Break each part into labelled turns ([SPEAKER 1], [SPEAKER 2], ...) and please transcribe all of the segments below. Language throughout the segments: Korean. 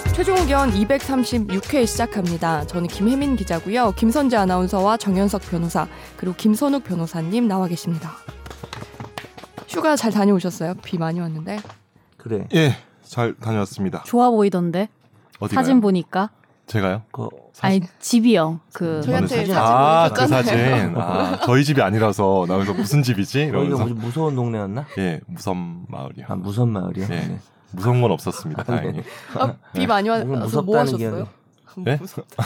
[SPEAKER 1] 사건 236회 시작합니다. 저는 김혜민 기자고요. 김선재 아나운서와 정현석 변호사 그리고 김선욱 변호사님 나와 계십니다. 휴가 잘 다녀오셨어요? 비 많이 왔는데
[SPEAKER 2] 그래.
[SPEAKER 3] 예, 잘 다녀왔습니다.
[SPEAKER 4] 좋아 보이던데
[SPEAKER 3] 어디가요?
[SPEAKER 4] 사진 보니까
[SPEAKER 3] 제가요?
[SPEAKER 2] 그
[SPEAKER 4] 아니 집이요 그
[SPEAKER 1] 저희- 저희한테
[SPEAKER 3] 저는 사진-
[SPEAKER 1] 사진
[SPEAKER 3] 아, 그
[SPEAKER 1] 보내줬잖아요.
[SPEAKER 3] 사진. 아, 저희 집이 아니라서 나면서 무슨 집이지?
[SPEAKER 2] 여기가
[SPEAKER 3] 이러면서
[SPEAKER 2] 무슨 무서운 동네였나?
[SPEAKER 3] 예, 무섬 마을이요.
[SPEAKER 2] 아 무서운 마을이야.
[SPEAKER 3] 예.
[SPEAKER 2] 네.
[SPEAKER 3] 무서운 건 없었습니다. 다행히.
[SPEAKER 1] 아, 비 많이 와서
[SPEAKER 2] 뭔가
[SPEAKER 1] 뭐
[SPEAKER 2] 무섭다는
[SPEAKER 1] 하셨어요?
[SPEAKER 2] 기억이.
[SPEAKER 3] 예?
[SPEAKER 1] 무섭다.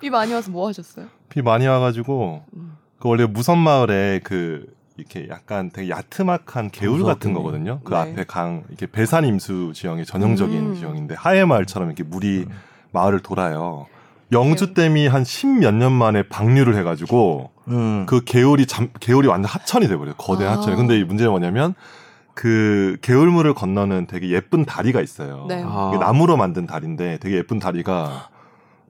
[SPEAKER 1] 비 많이 와서 뭐 하셨어요?
[SPEAKER 3] 비 많이 와가지고
[SPEAKER 1] 음.
[SPEAKER 3] 그 원래 무섬 마을에 그 이렇게 약간 되게 야트막한 개울 같은
[SPEAKER 2] 무섭겠네요.
[SPEAKER 3] 거거든요. 그
[SPEAKER 1] 네.
[SPEAKER 3] 앞에 강 이렇게 배산 임수 지형의 전형적인
[SPEAKER 1] 음.
[SPEAKER 3] 지형인데 하회 마을처럼 이렇게 물이
[SPEAKER 2] 음.
[SPEAKER 3] 마을을 돌아요. 영주댐이 한 십 몇 년 만에 방류를 해가지고
[SPEAKER 2] 음.
[SPEAKER 3] 그 개울이 잠, 개울이 완전 하천이 돼버려요. 거대
[SPEAKER 1] 아.
[SPEAKER 3] 하천이. 근데 이 문제는 뭐냐면 그 개울물을 건너는 되게 예쁜 다리가 있어요.
[SPEAKER 1] 네.
[SPEAKER 2] 아.
[SPEAKER 3] 이게 나무로 만든 다리인데 되게 예쁜 다리가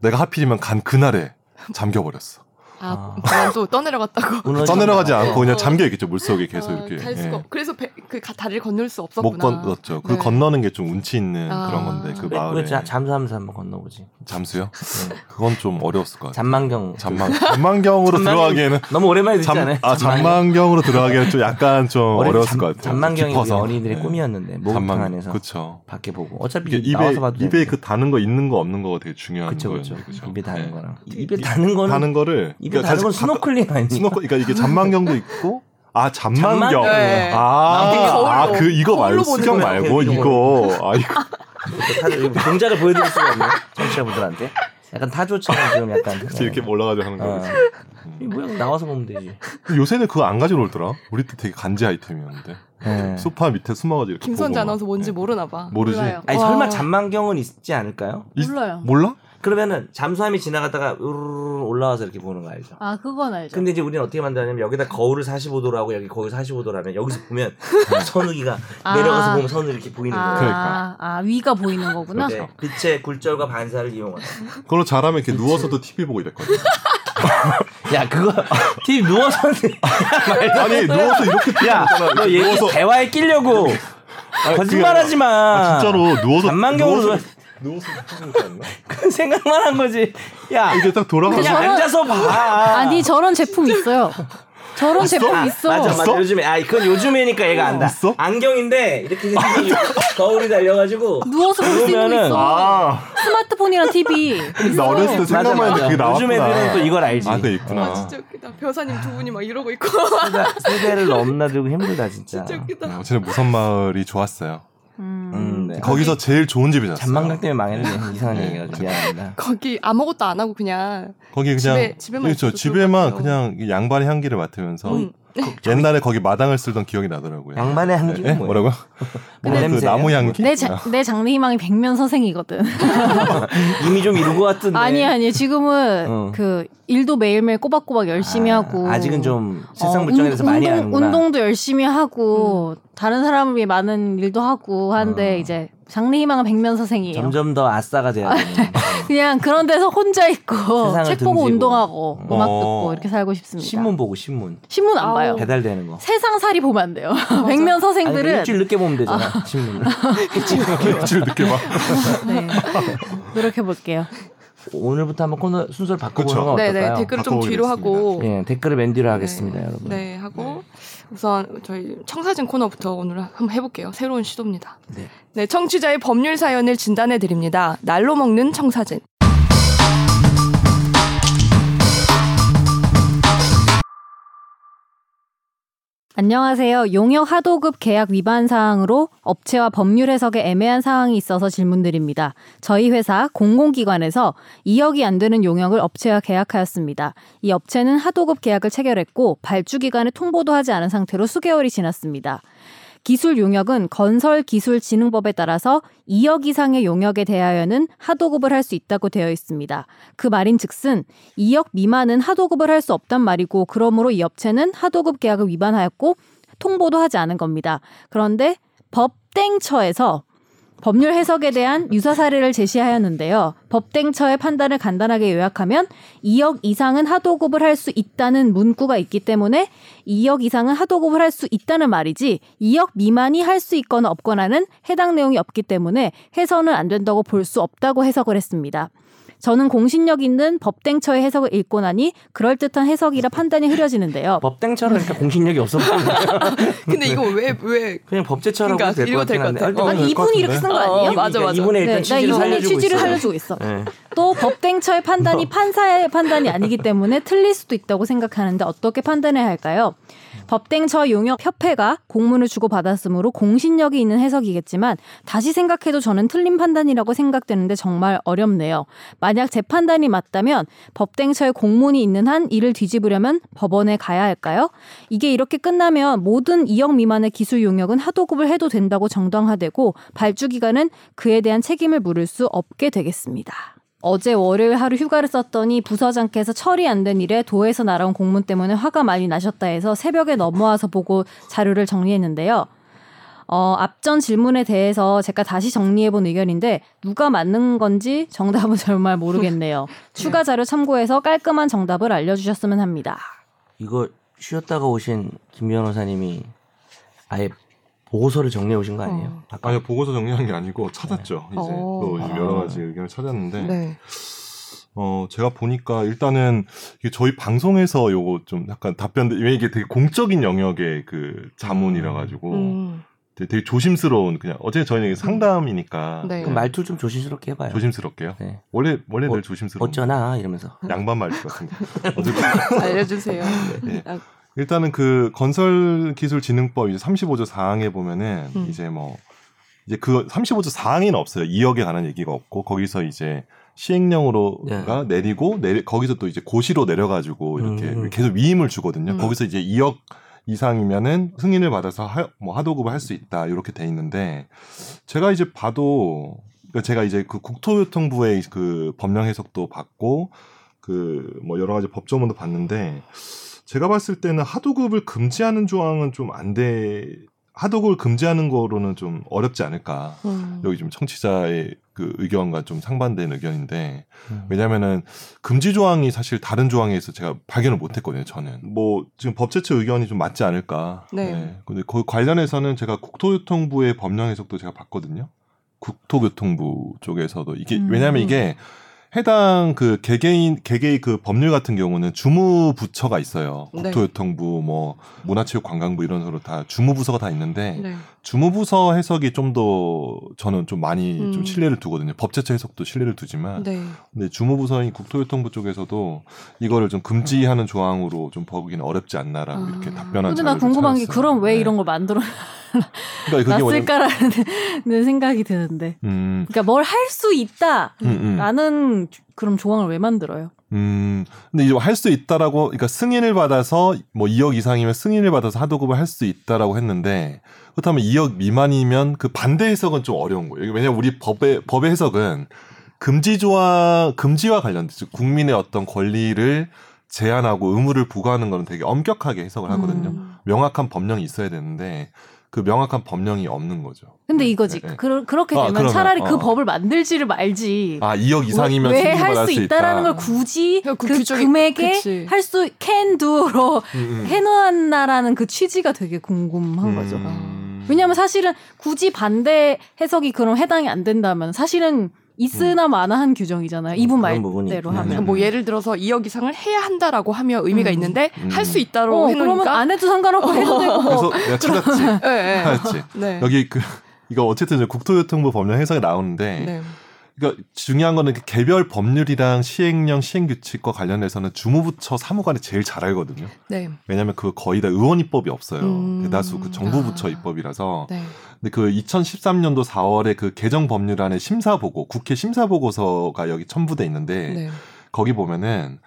[SPEAKER 3] 내가 하필이면 간 그날에 잠겨버렸어.
[SPEAKER 1] 아,
[SPEAKER 2] 아.
[SPEAKER 1] 그냥 또 떠내려갔다고.
[SPEAKER 2] 무너졌나?
[SPEAKER 3] 떠내려가지 않고
[SPEAKER 1] 어.
[SPEAKER 3] 그냥 잠겨있겠죠. 물속에 계속
[SPEAKER 1] 아,
[SPEAKER 3] 이렇게.
[SPEAKER 1] 갈 수가
[SPEAKER 3] 예.
[SPEAKER 1] 없- 그래서 배- 그 가- 다리를 건널 수
[SPEAKER 3] 못
[SPEAKER 1] 없었구나.
[SPEAKER 3] 건넜죠. 그
[SPEAKER 1] 네.
[SPEAKER 3] 건너는 게 좀 운치 있는
[SPEAKER 1] 아.
[SPEAKER 3] 그런 건데 그
[SPEAKER 2] 왜-
[SPEAKER 3] 마을에
[SPEAKER 2] 왜 자- 잠수하면서 한번 건너보지.
[SPEAKER 3] 잠수요?
[SPEAKER 2] 네.
[SPEAKER 3] 그건 좀 어려웠을 것 같아요.
[SPEAKER 2] 잠만경.
[SPEAKER 3] 잠만 잠만경으로
[SPEAKER 2] 잠만경-
[SPEAKER 3] 들어가기에는
[SPEAKER 2] 너무 오랜만에 듣지
[SPEAKER 3] 잠,
[SPEAKER 2] 않아요?
[SPEAKER 3] 아, 잠만경으로 들어가기에는 좀 약간 좀
[SPEAKER 2] 어린-
[SPEAKER 3] 어려웠을
[SPEAKER 2] 잠-
[SPEAKER 3] 것 같아요.
[SPEAKER 2] 잠만경이 우리
[SPEAKER 3] 깊어서.
[SPEAKER 2] 어린이들의
[SPEAKER 3] 네.
[SPEAKER 2] 꿈이었는데 목욕탕 안에서
[SPEAKER 3] 그렇죠.
[SPEAKER 2] 밖에 보고 어차피
[SPEAKER 3] 이게 입에
[SPEAKER 2] 음, 나와서 봐도
[SPEAKER 3] 입에 그 다는 거 있는 거 없는 거가 되게 중요한
[SPEAKER 2] 그쵸 그쵸
[SPEAKER 3] 거였는데 그쵸?
[SPEAKER 2] 입에 닿는
[SPEAKER 3] 네.
[SPEAKER 2] 거랑 입에
[SPEAKER 3] 이-
[SPEAKER 2] 닿는 거는
[SPEAKER 3] 다는 거를
[SPEAKER 2] 입에 닿는 건
[SPEAKER 3] 사실 가까-
[SPEAKER 2] 스노클링 아니에요?
[SPEAKER 3] 스노클 그러니까 이게 잠만경도 있고 아 잠만경
[SPEAKER 2] 잠만경.
[SPEAKER 1] 네. 이렇게
[SPEAKER 3] 아그
[SPEAKER 1] 거울로-
[SPEAKER 3] 이거
[SPEAKER 1] 거울로
[SPEAKER 3] 말고
[SPEAKER 1] 보는
[SPEAKER 3] 수경
[SPEAKER 2] 거예요.
[SPEAKER 3] 말고
[SPEAKER 2] 이렇게
[SPEAKER 3] 이거 아 이거
[SPEAKER 2] 그 다들 동작을 보여드릴 수가 없네 청취자분들한테 약간 타조처럼 지금 약간
[SPEAKER 3] 그치, 이렇게 올라가자 하는
[SPEAKER 2] 어.
[SPEAKER 3] 거
[SPEAKER 2] 이 모양 나와서 보면 되지
[SPEAKER 3] 요새는 그거 안 가지러 오더라 우리 때 되게 간지 아이템이었는데
[SPEAKER 2] 예.
[SPEAKER 3] 소파 밑에 숨어가지고 이렇게
[SPEAKER 1] 김선재
[SPEAKER 3] 보고 막.
[SPEAKER 1] 아나운서 뭔지
[SPEAKER 3] 네.
[SPEAKER 1] 모르나 봐.
[SPEAKER 3] 모르지.
[SPEAKER 1] 몰라요.
[SPEAKER 2] 뭐 아니 뭐
[SPEAKER 1] 와.
[SPEAKER 2] 설마 잠만경은 있지 않을까요?
[SPEAKER 3] 이-
[SPEAKER 4] 몰라요.
[SPEAKER 3] 몰라?
[SPEAKER 2] 그러면은 잠수함이 지나가다가 우르르 올라와서 이렇게 보는 거 알죠?
[SPEAKER 4] 아 그건 알죠.
[SPEAKER 2] 근데 이제 우리는 어떻게 만드냐면 여기다 거울을 45도로 하고 여기 거울 45도로 하면 여기서 보면 선우기가
[SPEAKER 4] 아.
[SPEAKER 2] 내려가서 보면 선우 이렇게 보이는
[SPEAKER 4] 아, 그렇죠.
[SPEAKER 2] 거예요.
[SPEAKER 3] 그러니까.
[SPEAKER 4] 아 위가 보이는 거구나.
[SPEAKER 2] 네, 빛의 굴절과 반사를 이용하는.
[SPEAKER 3] 그걸로 잘하면 이렇게 누워서도 TV 보고 이랬거든
[SPEAKER 2] 야 그거 TV 누워서
[SPEAKER 3] 아니 누워서 이렇게 TV 보잖아.
[SPEAKER 2] 야너 얘기
[SPEAKER 3] 누워서-
[SPEAKER 2] 대화에 끼려고
[SPEAKER 3] 아니,
[SPEAKER 2] 거짓말하지
[SPEAKER 3] 그게 아니라-
[SPEAKER 2] 마.
[SPEAKER 3] 아, 진짜로 누워서
[SPEAKER 2] 반만경으로
[SPEAKER 3] 누워서 누워서 이렇게 보고 있지 않나?
[SPEAKER 2] 그 생각만 한 거지. 야
[SPEAKER 3] 이게
[SPEAKER 2] 그냥
[SPEAKER 3] 딱 돌아가서
[SPEAKER 4] 저는-
[SPEAKER 2] 앉아서 봐.
[SPEAKER 4] 아니 저런 제품 있어요. 저런 제품 있어.
[SPEAKER 2] 맞아 맞아
[SPEAKER 3] 있어?
[SPEAKER 2] 요즘에 아 그건 요즘에니까 얘가 안다.
[SPEAKER 3] 있어? 아,
[SPEAKER 2] 안경인데 이렇게 생긴 거울이 달려가지고
[SPEAKER 4] 누워서 볼 수 있는 거
[SPEAKER 2] 그러면은-
[SPEAKER 4] 있어.
[SPEAKER 3] 아,
[SPEAKER 4] 스마트폰이랑 TV.
[SPEAKER 3] 나 어렸을 때
[SPEAKER 2] 맞아,
[SPEAKER 3] 생각만 해도
[SPEAKER 2] 맞아.
[SPEAKER 3] 그게 나왔구나.
[SPEAKER 2] 요즘 애들은 또 이걸 알지.
[SPEAKER 3] 아, 그게 있구나.
[SPEAKER 1] 아, 진짜 웃기다. 변호사님 두 분이 막 이러고 있고.
[SPEAKER 2] 세대- 세대를 넘나들고 힘들다 진짜.
[SPEAKER 1] 진짜
[SPEAKER 3] 네,
[SPEAKER 1] 웃기다.
[SPEAKER 3] 어쨌든 무선 마을이 좋았어요.
[SPEAKER 1] 아,
[SPEAKER 4] 음.
[SPEAKER 2] 음, 네.
[SPEAKER 3] 거기서 제일 좋은 집이 잤어요.
[SPEAKER 2] 잠만강 때문에 망했네. 이상한 얘기가 미안합니다.
[SPEAKER 1] 거기 아무것도 안 하고 그냥
[SPEAKER 3] 거기 그냥
[SPEAKER 1] 집에- 집에만
[SPEAKER 3] 그렇죠.
[SPEAKER 1] 있어도
[SPEAKER 3] 집에만
[SPEAKER 1] 좋을 것
[SPEAKER 3] 그냥 이 양반의 향기를 맡으면서
[SPEAKER 1] 음.
[SPEAKER 3] 옛날에 거기 마당을 쓸던 기억이 나더라고요.
[SPEAKER 2] 양반의
[SPEAKER 3] 네,
[SPEAKER 2] 한기는
[SPEAKER 3] 예?
[SPEAKER 2] 뭐야?
[SPEAKER 3] 뭐라고? 뭔가 그
[SPEAKER 2] 냄새예요?
[SPEAKER 3] 나무 향기?
[SPEAKER 1] 네,
[SPEAKER 4] 내, 자, 내 장래 희망이 백면 선생이거든.
[SPEAKER 2] 네. 이미 좀 이룬 것 같은데.
[SPEAKER 4] 아니 아니 지금은
[SPEAKER 2] 어.
[SPEAKER 4] 그 일도 매일매일 꼬박꼬박 열심히
[SPEAKER 2] 아,
[SPEAKER 4] 하고
[SPEAKER 2] 아직은 좀
[SPEAKER 4] 어,
[SPEAKER 2] 세상 물정에 대해서 많이
[SPEAKER 4] 운동,
[SPEAKER 2] 아는구나.
[SPEAKER 4] 운동도 열심히 하고 다른 사람이 많은 일도 하고 하는데
[SPEAKER 2] 어.
[SPEAKER 4] 이제 장래 희망은 백면 선생이에요.
[SPEAKER 2] 점점 더 아싸가 돼야 되는.
[SPEAKER 4] 그냥 그런 데서 혼자 있고
[SPEAKER 2] 세상을
[SPEAKER 4] 책 보고
[SPEAKER 2] 등지고.
[SPEAKER 4] 운동하고
[SPEAKER 2] 어.
[SPEAKER 4] 음악 듣고 이렇게 살고 싶습니다.
[SPEAKER 2] 신문 보고 신문
[SPEAKER 4] 신문 안 봐요.
[SPEAKER 2] 배달되는 거.
[SPEAKER 4] 세상살이 보면 안 돼요. 백면
[SPEAKER 2] 아니, 그
[SPEAKER 4] 선생들은 어.
[SPEAKER 2] 일주일 늦게 보면 되잖아 신문을.
[SPEAKER 3] 일주일 늦게 아, 막.
[SPEAKER 4] 네. 노력해 볼게요.
[SPEAKER 2] 오늘부터 한번 코너 순서를 바꿔보는
[SPEAKER 3] 그쵸.
[SPEAKER 2] 건
[SPEAKER 1] 네네
[SPEAKER 2] 어떨까요?
[SPEAKER 1] 댓글을 좀
[SPEAKER 3] 바꿔보기로
[SPEAKER 1] 뒤로 하고
[SPEAKER 2] 예, 댓글을 맨 뒤로 하겠습니다, 여러분.
[SPEAKER 1] 네 하고 우선 저희 청사진 코너부터 오늘 한번 해볼게요. 새로운 시도입니다. 네.
[SPEAKER 2] 네.
[SPEAKER 1] 청취자의 법률 사연을 진단해 드립니다. 날로 먹는 청사진.
[SPEAKER 4] 안녕하세요. 용역 하도급 계약 위반 사항으로 업체와 법률 해석에 애매한 사항이 있어서 질문드립니다. 저희 회사 공공기관에서 2억이 안 되는 용역을 업체와 계약하였습니다. 이 업체는 하도급 계약을 체결했고 발주 기간에 통보도 하지 않은 상태로 수개월이 지났습니다. 기술 용역은 건설기술진흥법에 따라서 2억 이상의 용역에 대하여는 하도급을 할 수 있다고 되어 있습니다. 그 말인 즉슨 2억 미만은 하도급을 할 수 없단 말이고 그러므로 이 업체는 하도급 계약을 위반하였고 통보도 하지 않은 겁니다. 그런데 법땡처에서 법률 해석에 대한 유사 사례를 제시하였는데요. 법땡처의 판단을 간단하게 요약하면 2억 이상은 하도급을 할 수 있다는 문구가 있기 때문에 2억 이상은 하도급을 할 수 있다는 말이지 2억 미만이 할 수 있거나 없거나는 해당 내용이 없기 때문에 해서는 안 된다고 볼 수 없다고 해석을 했습니다. 저는 공신력 있는 법땡처의 해석을 읽고 나니 그럴듯한 해석이라 판단이 흐려지는데요.
[SPEAKER 2] 법땡처럼 그러니까 공신력이 없어 보이네.
[SPEAKER 1] 근데 이거 왜 왜?
[SPEAKER 2] 그냥 법제처럼
[SPEAKER 1] 그러니까
[SPEAKER 2] 될것
[SPEAKER 1] 읽어도 될것
[SPEAKER 2] 같긴 한데.
[SPEAKER 1] 같아.
[SPEAKER 4] 아니 이분이 이렇게 쓴 거 아니에요?
[SPEAKER 1] 어, 맞아, 맞아.
[SPEAKER 2] 이분의 일단
[SPEAKER 4] 네, 나
[SPEAKER 2] 취지를
[SPEAKER 4] 이분이
[SPEAKER 2] 살려주고
[SPEAKER 4] 취지를
[SPEAKER 2] 있어요.
[SPEAKER 4] 살려주고 있어.
[SPEAKER 2] 예.
[SPEAKER 4] 또 법땡처의 판단이 판사의 판단이 아니기 때문에 틀릴 수도 있다고 생각하는데 어떻게 판단해야 할까요? 법땡처 용역 협회가 공문을 주고 받았으므로 공신력이 있는 해석이겠지만 다시 생각해도 저는 틀린 판단이라고 생각되는데 정말 어렵네요. 만약 제 판단이 맞다면 법땡처의 공문이 있는 한 이를 뒤집으려면 법원에 가야 할까요? 이게 이렇게 끝나면 모든 2억 미만의 기술 용역은 하도급을 해도 된다고 정당화되고 발주 기간은 그에 대한 책임을 물을 수 없게 되겠습니다. 어제 월요일 하루 휴가를 썼더니 부서장께서 처리 안 된 일에 도에서 날아온 공문 때문에 화가 많이 나셨다 해서 새벽에 넘어와서 보고 자료를 정리했는데요. 어, 앞전 질문에 대해서 제가 다시 정리해본 의견인데 누가 맞는 건지 정답은 정말 모르겠네요. 추가 자료 참고해서 깔끔한 정답을 알려주셨으면 합니다.
[SPEAKER 2] 이거 쉬었다가 오신 김 변호사님이 아예 보고서를 정리해 오신 거 아니에요? 아까
[SPEAKER 3] 아니 보고서 정리한 게 아니고 찾았죠. 이제
[SPEAKER 1] 어.
[SPEAKER 3] 또
[SPEAKER 2] 아.
[SPEAKER 3] 여러 가지 의견을 찾았는데
[SPEAKER 1] 네.
[SPEAKER 3] 어 제가 보니까 일단은 이게 저희 방송에서 요거 좀 약간 답변들 왜 이게 되게 공적인 영역의 그 자문이라 가지고
[SPEAKER 1] 음.
[SPEAKER 3] 되게, 되게 조심스러운 그냥 어제 저희는 이게 상담이니까
[SPEAKER 1] 네.
[SPEAKER 2] 그 말투를 좀 조심스럽게 해봐요.
[SPEAKER 3] 조심스럽게요.
[SPEAKER 2] 네.
[SPEAKER 3] 원래 원래
[SPEAKER 2] 어-
[SPEAKER 3] 늘 조심스러운
[SPEAKER 2] 어쩌나 이러면서.
[SPEAKER 3] 양반 말투 같은 거. 어쨌든
[SPEAKER 1] 알려주세요.
[SPEAKER 3] 네.
[SPEAKER 1] 아,
[SPEAKER 3] 일단은 그 건설기술진흥법 이제 35조 4항에 보면은
[SPEAKER 1] 음.
[SPEAKER 3] 이제 뭐 이제 그 35조 4항에는 없어요. 2억에 관한 얘기가 없고 거기서 이제 시행령으로가
[SPEAKER 2] 네.
[SPEAKER 3] 내리고 내리, 거기서 또 이제 고시로 내려가지고 이렇게
[SPEAKER 2] 음.
[SPEAKER 3] 계속 위임을 주거든요.
[SPEAKER 1] 음.
[SPEAKER 3] 거기서 이제 2억 이상이면은 승인을 받아서 하, 뭐 하도급을 할 수 있다 이렇게 돼 있는데 제가 이제 봐도 그러니까 제가 이제 그 국토교통부의 그 법령 해석도 봤고 그 뭐 여러 가지 법조문도 봤는데 제가 봤을 때는 하도급을 금지하는 조항은 좀 안 돼 하도급을 금지하는 거로는 좀 어렵지 않을까
[SPEAKER 1] 음.
[SPEAKER 3] 여기 좀 청취자의 그 의견과 좀 상반된 의견인데
[SPEAKER 2] 음.
[SPEAKER 3] 왜냐면은 금지 조항이 사실 다른 조항에서 제가 발견을 못했거든요. 저는 뭐 지금 법제처 의견이 좀 맞지 않을까.
[SPEAKER 1] 네.
[SPEAKER 3] 근데 그 관련해서는 제가 국토교통부의 법령 해석도 제가 봤거든요. 국토교통부 쪽에서도 이게
[SPEAKER 4] 음.
[SPEAKER 3] 왜냐하면 이게 해당 그 개개인 개개의 그 법률 같은 경우는 주무부처가 있어요.
[SPEAKER 1] 네.
[SPEAKER 3] 국토교통부 뭐 문화체육관광부 이런 식으로 다 주무부서가 다 있는데
[SPEAKER 1] 네.
[SPEAKER 3] 주무부서 해석이 좀 더 저는 좀 많이
[SPEAKER 1] 음.
[SPEAKER 3] 좀 신뢰를 두거든요. 법제처 해석도 신뢰를 두지만
[SPEAKER 1] 네.
[SPEAKER 3] 근데 주무부서인 국토교통부 쪽에서도 이거를 좀 금지하는 조항으로 좀 보기는 어렵지 않나라고
[SPEAKER 1] 아.
[SPEAKER 3] 이렇게 답변한
[SPEAKER 4] 근데 나
[SPEAKER 3] 자료를
[SPEAKER 4] 궁금한 게
[SPEAKER 3] 찾았어요.
[SPEAKER 4] 그럼 왜
[SPEAKER 3] 네.
[SPEAKER 4] 이런 걸 만들어
[SPEAKER 3] 그러니까 그게 뭐냐면
[SPEAKER 4] 놨을까라는 생각이 드는데.
[SPEAKER 3] 음,
[SPEAKER 4] 그러니까 뭘 할 수 있다라는
[SPEAKER 3] 음,
[SPEAKER 4] 아,
[SPEAKER 3] 음,
[SPEAKER 4] 조- 그럼 조항을 왜 만들어요?
[SPEAKER 3] 음. 근데 이제 할 수 있다라고 그러니까 승인을 받아서 뭐 2억 이상이면 승인을 받아서 하도급을 할 수 있다라고 했는데 그렇다면 2억 미만이면 그 반대 해석은 좀 어려운 거예요. 이게 왜냐면 우리 법의 법의 해석은 금지 조항 금지와 관련된 즉 국민의 어떤 권리를 제한하고 의무를 부과하는 거는 되게 엄격하게 해석을 하거든요.
[SPEAKER 1] 음.
[SPEAKER 3] 명확한 법령이 있어야 되는데 그 명확한 법령이 없는 거죠.
[SPEAKER 4] 근데 이거지.
[SPEAKER 3] 네, 네.
[SPEAKER 4] 그, 렇게
[SPEAKER 3] 아,
[SPEAKER 4] 되면
[SPEAKER 3] 그러면,
[SPEAKER 4] 차라리
[SPEAKER 3] 어.
[SPEAKER 4] 그 법을 만들지를 말지.
[SPEAKER 3] 아 2억 이상이면
[SPEAKER 4] 왜
[SPEAKER 3] 승인받을
[SPEAKER 4] 할 수
[SPEAKER 3] 수
[SPEAKER 4] 있다라는
[SPEAKER 3] 있다.
[SPEAKER 4] 걸 굳이 그
[SPEAKER 1] 그러니까 그 규정이- 그치.
[SPEAKER 4] 금액에 할 수 can do로
[SPEAKER 3] 음, 음.
[SPEAKER 4] 해놓았나라는 그 취지가 되게 궁금한
[SPEAKER 3] 음.
[SPEAKER 4] 거죠. 왜냐하면 사실은 굳이 반대 해석이 그럼 해당이 안 된다면 사실은 있으나
[SPEAKER 3] 음.
[SPEAKER 4] 마나 한 규정이잖아요. 이분
[SPEAKER 2] 그런 부분이
[SPEAKER 4] 말대로
[SPEAKER 2] 있긴
[SPEAKER 4] 하면.
[SPEAKER 2] 하네요.
[SPEAKER 1] 뭐 예를 들어서 2억 이상을 해야 한다라고 하며 의미가
[SPEAKER 4] 음.
[SPEAKER 1] 있는데
[SPEAKER 3] 음.
[SPEAKER 1] 할 수 있다로
[SPEAKER 4] 어,
[SPEAKER 1] 해놓으니까 어.
[SPEAKER 4] 그러면 안 해도 상관없고 해도 되고 뭐
[SPEAKER 3] 그래서 내가 찾았지.
[SPEAKER 1] 네, 네.
[SPEAKER 3] 찾았지.
[SPEAKER 1] 네.
[SPEAKER 3] 아, 여기 그 이거 어쨌든 이제 국토교통부 법령 해석이 나오는데
[SPEAKER 1] 네.
[SPEAKER 3] 그러니까 중요한 거는 그 개별 법률이랑 시행령, 시행규칙과 관련해서는 주무부처 사무관이 제일 잘 알거든요.
[SPEAKER 1] 네.
[SPEAKER 3] 왜냐하면 그 거의 다 의원 입법이 없어요.
[SPEAKER 1] 음.
[SPEAKER 3] 대다수 그 정부 부처
[SPEAKER 1] 아.
[SPEAKER 3] 입법이라서
[SPEAKER 1] 네.
[SPEAKER 3] 근데 그 2013년도 4월에 그 개정 법률안의 심사 보고 국회 심사 보고서가 여기 첨부돼 있는데
[SPEAKER 1] 네.
[SPEAKER 3] 거기 보면은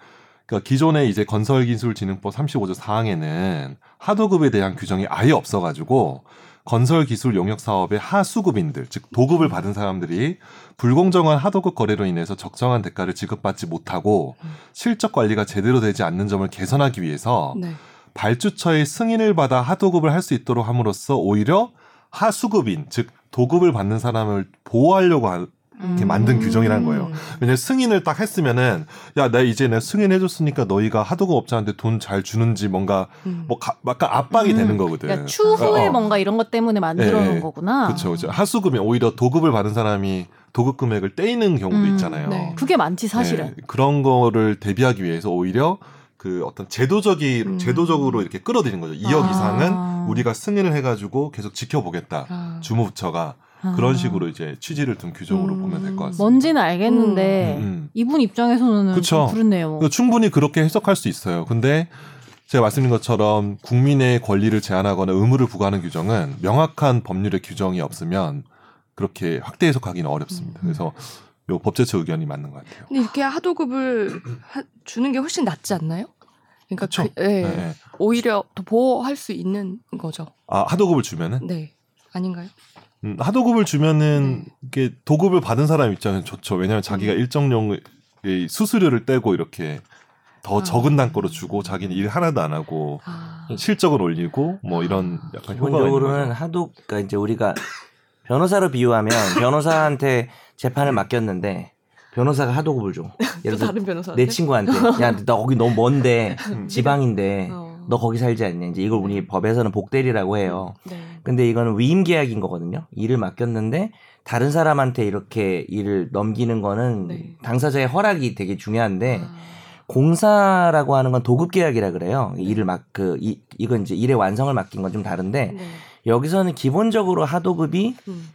[SPEAKER 3] 그러니까 기존에 이제 건설기술진흥법 35조 4항에는 하도급에 대한 규정이 아예 없어가지고 건설기술 용역 사업의 하수급인들 즉 도급을 받은 사람들이 불공정한 하도급 거래로 인해서 적정한 대가를 지급받지 못하고
[SPEAKER 1] 음.
[SPEAKER 3] 실적 관리가 제대로 되지 않는 점을 개선하기 위해서
[SPEAKER 1] 네.
[SPEAKER 3] 발주처의 승인을 받아 하도급을 할 수 있도록 함으로써 오히려 하수급인 즉 도급을 받는 사람을 보호하려고 하-
[SPEAKER 4] 이렇게
[SPEAKER 1] 음.
[SPEAKER 3] 만든 규정이라는 거예요. 왜냐면 승인을 딱 했으면은 야 나 이제 내 승인해줬으니까 너희가 하도급 업자한테 돈 잘 주는지 뭔가
[SPEAKER 1] 음.
[SPEAKER 3] 뭐 가- 약간 압박이
[SPEAKER 4] 음.
[SPEAKER 3] 되는 거거든.
[SPEAKER 4] 그러니까 추후에 아.
[SPEAKER 3] 어, 어.
[SPEAKER 4] 뭔가 이런 것 때문에 만들어
[SPEAKER 3] 예,
[SPEAKER 4] 놓은
[SPEAKER 3] 예.
[SPEAKER 4] 거구나.
[SPEAKER 3] 그렇죠, 그렇죠. 하수급이 오히려 도급을 받은 사람이 도급 금액을 떼이는 경우도
[SPEAKER 4] 음,
[SPEAKER 3] 있잖아요.
[SPEAKER 1] 네.
[SPEAKER 4] 게 많지 사실은.
[SPEAKER 3] 네, 그런 거를 대비하기 위해서 오히려 그 어떤 제도적인
[SPEAKER 1] 음.
[SPEAKER 3] 제도적으로 이렇게 끌어들인 거죠. 2억
[SPEAKER 4] 아.
[SPEAKER 3] 이상은 우리가 승인을 해가지고 계속 지켜보겠다.
[SPEAKER 1] 아.
[SPEAKER 3] 주무부처가
[SPEAKER 4] 그렇죠. 아.
[SPEAKER 3] 그런 식으로 이제 취지를 둔 규정으로
[SPEAKER 1] 음.
[SPEAKER 3] 보면 될 것 같습니다.
[SPEAKER 4] 뭔지는 알겠는데
[SPEAKER 3] 음.
[SPEAKER 4] 이분 입장에서는
[SPEAKER 3] 그쵸.
[SPEAKER 4] 좀 그렇네요.
[SPEAKER 3] 그러니까 충분히 그렇게 해석할 수 있어요. 근데 제가 말씀드린 것처럼 국민의 권리를 제한하거나 의무를 부과하는 규정은 명확한 법률의 규정이 없으면 그렇게 확대 해석하기는 어렵습니다. 그래서 요 법제처 의견이 맞는 것 같아요.
[SPEAKER 1] 근데 이렇게 하도급을 하- 주는 게 훨씬 낫지 않나요? 그러니까
[SPEAKER 3] 그쵸.
[SPEAKER 1] 그- 예.
[SPEAKER 3] 네.
[SPEAKER 1] 오히려 더 보호할 수 있는 거죠.
[SPEAKER 3] 아, 하도급을 주면은
[SPEAKER 1] 네. 아닌가요?
[SPEAKER 3] 음, 하도급을 주면은
[SPEAKER 1] 네.
[SPEAKER 3] 이게 도급을 받은 사람 입장에서 좋죠. 왜냐하면 자기가 일정량의 수수료를 떼고 이렇게 더
[SPEAKER 1] 아.
[SPEAKER 3] 적은 단가로 주고 자기는 일 하나도 안 하고
[SPEAKER 1] 아.
[SPEAKER 3] 실적을 올리고 뭐 이런 약간 효과가 있는
[SPEAKER 2] 기본적으로는
[SPEAKER 3] 거죠.
[SPEAKER 2] 하도 그러니까 이제 우리가 변호사로 비유하면 변호사한테
[SPEAKER 3] 네.
[SPEAKER 2] 재판을 맡겼는데 변호사가 하도급을 줘.
[SPEAKER 1] 또
[SPEAKER 2] 예를 들어
[SPEAKER 1] 다른 변호사.
[SPEAKER 2] 내 친구한테 야나 거기 너무 먼데
[SPEAKER 3] 음.
[SPEAKER 2] 지방인데
[SPEAKER 1] 어.
[SPEAKER 2] 너 거기 살지 않냐 이제 이걸 우리 법에서는 복대리라고 해요.
[SPEAKER 1] 네.
[SPEAKER 2] 근데 이거는 위임 계약인 거거든요. 일을 맡겼는데 다른 사람한테 이렇게 일을 넘기는 거는
[SPEAKER 1] 네.
[SPEAKER 2] 당사자의 허락이 되게 중요한데
[SPEAKER 1] 아.
[SPEAKER 2] 공사라고 하는 건 도급 계약이라 그래요. 일을 막 그 이건 이제 일의 완성을 맡긴 건 좀 다른데
[SPEAKER 1] 네.
[SPEAKER 2] 여기서는 기본적으로 하도급이
[SPEAKER 1] 음.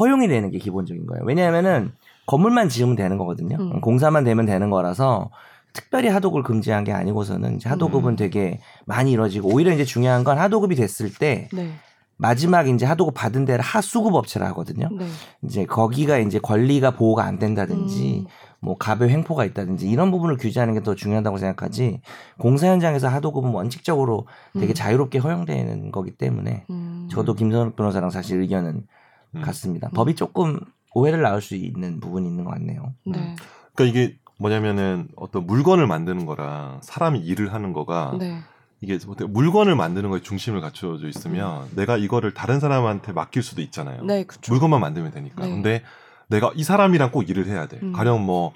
[SPEAKER 2] 허용이 되는 게 기본적인 거예요. 왜냐하면은 건물만 지으면 되는 거거든요.
[SPEAKER 1] 음.
[SPEAKER 2] 공사만 되면 되는 거라서 특별히 하도급을 금지한 게 아니고서는 이제 하도급은
[SPEAKER 3] 음.
[SPEAKER 2] 되게 많이 이루어지고 오히려 이제 중요한 건 하도급이 됐을 때
[SPEAKER 1] 네.
[SPEAKER 2] 마지막 이제 하도급 받은 데를 하수급 업체라 하거든요.
[SPEAKER 1] 네.
[SPEAKER 2] 이제 거기가 이제 권리가 보호가 안
[SPEAKER 1] 음.
[SPEAKER 2] 된다든지 뭐 갑의 횡포가 있다든지 이런 부분을 규제하는 게 더 중요하다고 생각하지 공사 현장에서 하도급은 원칙적으로 되게
[SPEAKER 1] 음.
[SPEAKER 2] 자유롭게 허용되는 거기 때문에
[SPEAKER 1] 음.
[SPEAKER 2] 저도 김선욱 변호사랑 사실 의견은
[SPEAKER 3] 음.
[SPEAKER 2] 같습니다.
[SPEAKER 1] 음.
[SPEAKER 2] 법이 조금 오해를 낳을 수 있는 부분이 있는 것 같네요.
[SPEAKER 1] 네.
[SPEAKER 3] 그러니까 이게 뭐냐면은 어떤 물건을 만드는 거랑 사람이 일을 하는
[SPEAKER 2] 아.
[SPEAKER 3] 거가
[SPEAKER 1] 네.
[SPEAKER 3] 이게 어떻게 물건을 만드는 거에 중심을 갖춰져 있으면 내가 이거를 다른 사람한테 맡길 수도 있잖아요.
[SPEAKER 1] 음. 네, 그렇죠.
[SPEAKER 3] 물건만 만들면 되니까.
[SPEAKER 1] 네.
[SPEAKER 3] 근데 내가 이 사람이랑 꼭 일을 해야 돼.
[SPEAKER 1] 음.
[SPEAKER 3] 가령 뭐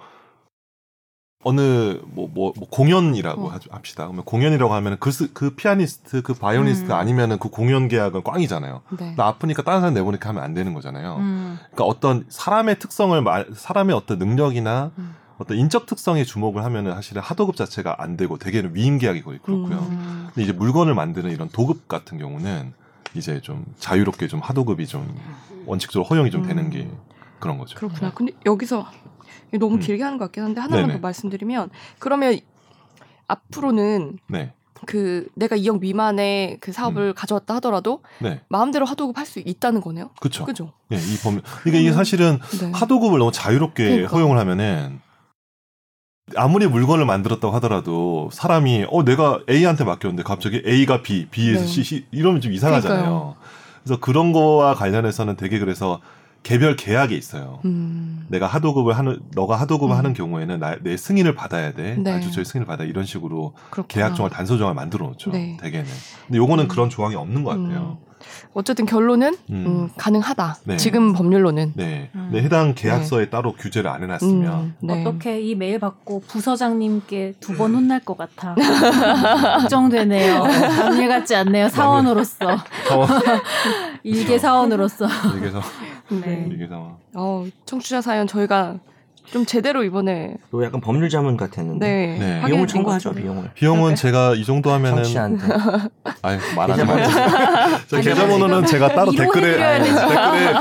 [SPEAKER 3] 어느 뭐 뭐 공연이라고
[SPEAKER 1] 어.
[SPEAKER 3] 하- 합시다. 그러면 공연이라고 하면 그, 스- 그 피아니스트, 그 바이올리스트
[SPEAKER 4] 음.
[SPEAKER 3] 아니면은 그 공연 계약은 꽝이잖아요.
[SPEAKER 1] 네.
[SPEAKER 3] 나 아프니까 다른 사람 내보니까 하면 안 되는 거잖아요.
[SPEAKER 4] 음.
[SPEAKER 3] 그러니까 어떤 사람의 특성을 말- 사람의 어떤 능력이나
[SPEAKER 1] 음.
[SPEAKER 3] 어떤 인적 특성에 주목을 하면은 사실은 하도급 자체가 안 되고 대개는 위임 계약이 거의 그렇고요.
[SPEAKER 4] 음.
[SPEAKER 3] 근데 이제 물건을 만드는 이런 도급 같은 경우는 이제 좀 자유롭게 좀 하도급이 좀 원칙적으로 허용이 좀 되는
[SPEAKER 1] 음.
[SPEAKER 3] 게 음. 그런 거죠.
[SPEAKER 1] 그렇구나. 근데 여기서 이거 너무
[SPEAKER 3] 음.
[SPEAKER 1] 길게 하는 것 같긴 한데 하나만
[SPEAKER 3] 네네.
[SPEAKER 1] 더 말씀드리면 그러면 앞으로는
[SPEAKER 3] 네.
[SPEAKER 1] 그 내가 2억 미만의 그 사업을 가져왔다 하더라도
[SPEAKER 3] 음. 네.
[SPEAKER 1] 마음대로 하도급 할 수 있다는 거네요.
[SPEAKER 3] 그렇죠.
[SPEAKER 1] 그죠?
[SPEAKER 3] 네, 이 법률. 그러니까 이게 사실은
[SPEAKER 1] 네.
[SPEAKER 3] 하도급을 너무 자유롭게
[SPEAKER 1] 그러니까.
[SPEAKER 3] 허용을 하면은 아무리 물건을 만들었다고 하더라도 사람이 어 내가 A한테 맡겼는데 갑자기 A가 B, B에서
[SPEAKER 1] 네.
[SPEAKER 3] C, C 이러면 좀 이상하잖아요.
[SPEAKER 1] 그러니까요.
[SPEAKER 3] 그래서 그런 거와 관련해서는 되게 그래서 개별 계약이 있어요.
[SPEAKER 1] 음.
[SPEAKER 3] 내가 하도급을 하는 너가 하도급을
[SPEAKER 1] 음.
[SPEAKER 3] 하는 경우에는 나, 내 승인을 받아야 돼.
[SPEAKER 1] 네.
[SPEAKER 3] 주처의 승인을 받아 이런 식으로
[SPEAKER 1] 그렇구나.
[SPEAKER 3] 계약 조항 단서 조항을 만들어 놓죠.
[SPEAKER 1] 네.
[SPEAKER 3] 대개는. 근데 요거는
[SPEAKER 1] 음.
[SPEAKER 3] 그런 조항이 없는 것 같아요.
[SPEAKER 1] 어쨌든 결론은
[SPEAKER 3] 음.
[SPEAKER 1] 음, 가능하다.
[SPEAKER 3] 네.
[SPEAKER 1] 지금 법률로는.
[SPEAKER 3] 네.
[SPEAKER 4] 음.
[SPEAKER 3] 근데 해당 계약서에 따로 규제를 안 해놨으면
[SPEAKER 1] 음, 네.
[SPEAKER 4] 어떻게 이 메일 받고 부서장님께 두
[SPEAKER 3] 음.
[SPEAKER 4] 번 혼날 것 같아. 걱정되네요. 남일 같지 않네요. 사원으로서
[SPEAKER 3] 상황.
[SPEAKER 4] 일개 사원으로서.
[SPEAKER 3] 이게 상황.
[SPEAKER 1] 네.
[SPEAKER 3] 이게 상황.
[SPEAKER 1] 어, 청취자 사연 저희가 좀 제대로 이번에
[SPEAKER 2] 또 약간 법률 자문 같았는데
[SPEAKER 1] 네.
[SPEAKER 3] 네.
[SPEAKER 1] 확인해
[SPEAKER 2] 비용을
[SPEAKER 1] 드린 것
[SPEAKER 2] 청구하죠
[SPEAKER 1] 같은데.
[SPEAKER 2] 비용을
[SPEAKER 3] 비용은 제가 이 정도 하면은
[SPEAKER 2] 정치한테
[SPEAKER 3] 아유 말하지
[SPEAKER 2] 계좌번호.
[SPEAKER 3] 말자. 저
[SPEAKER 4] 아니,
[SPEAKER 3] 계좌번호는 제가 따로
[SPEAKER 4] 위로해
[SPEAKER 3] 댓글에
[SPEAKER 4] 드려야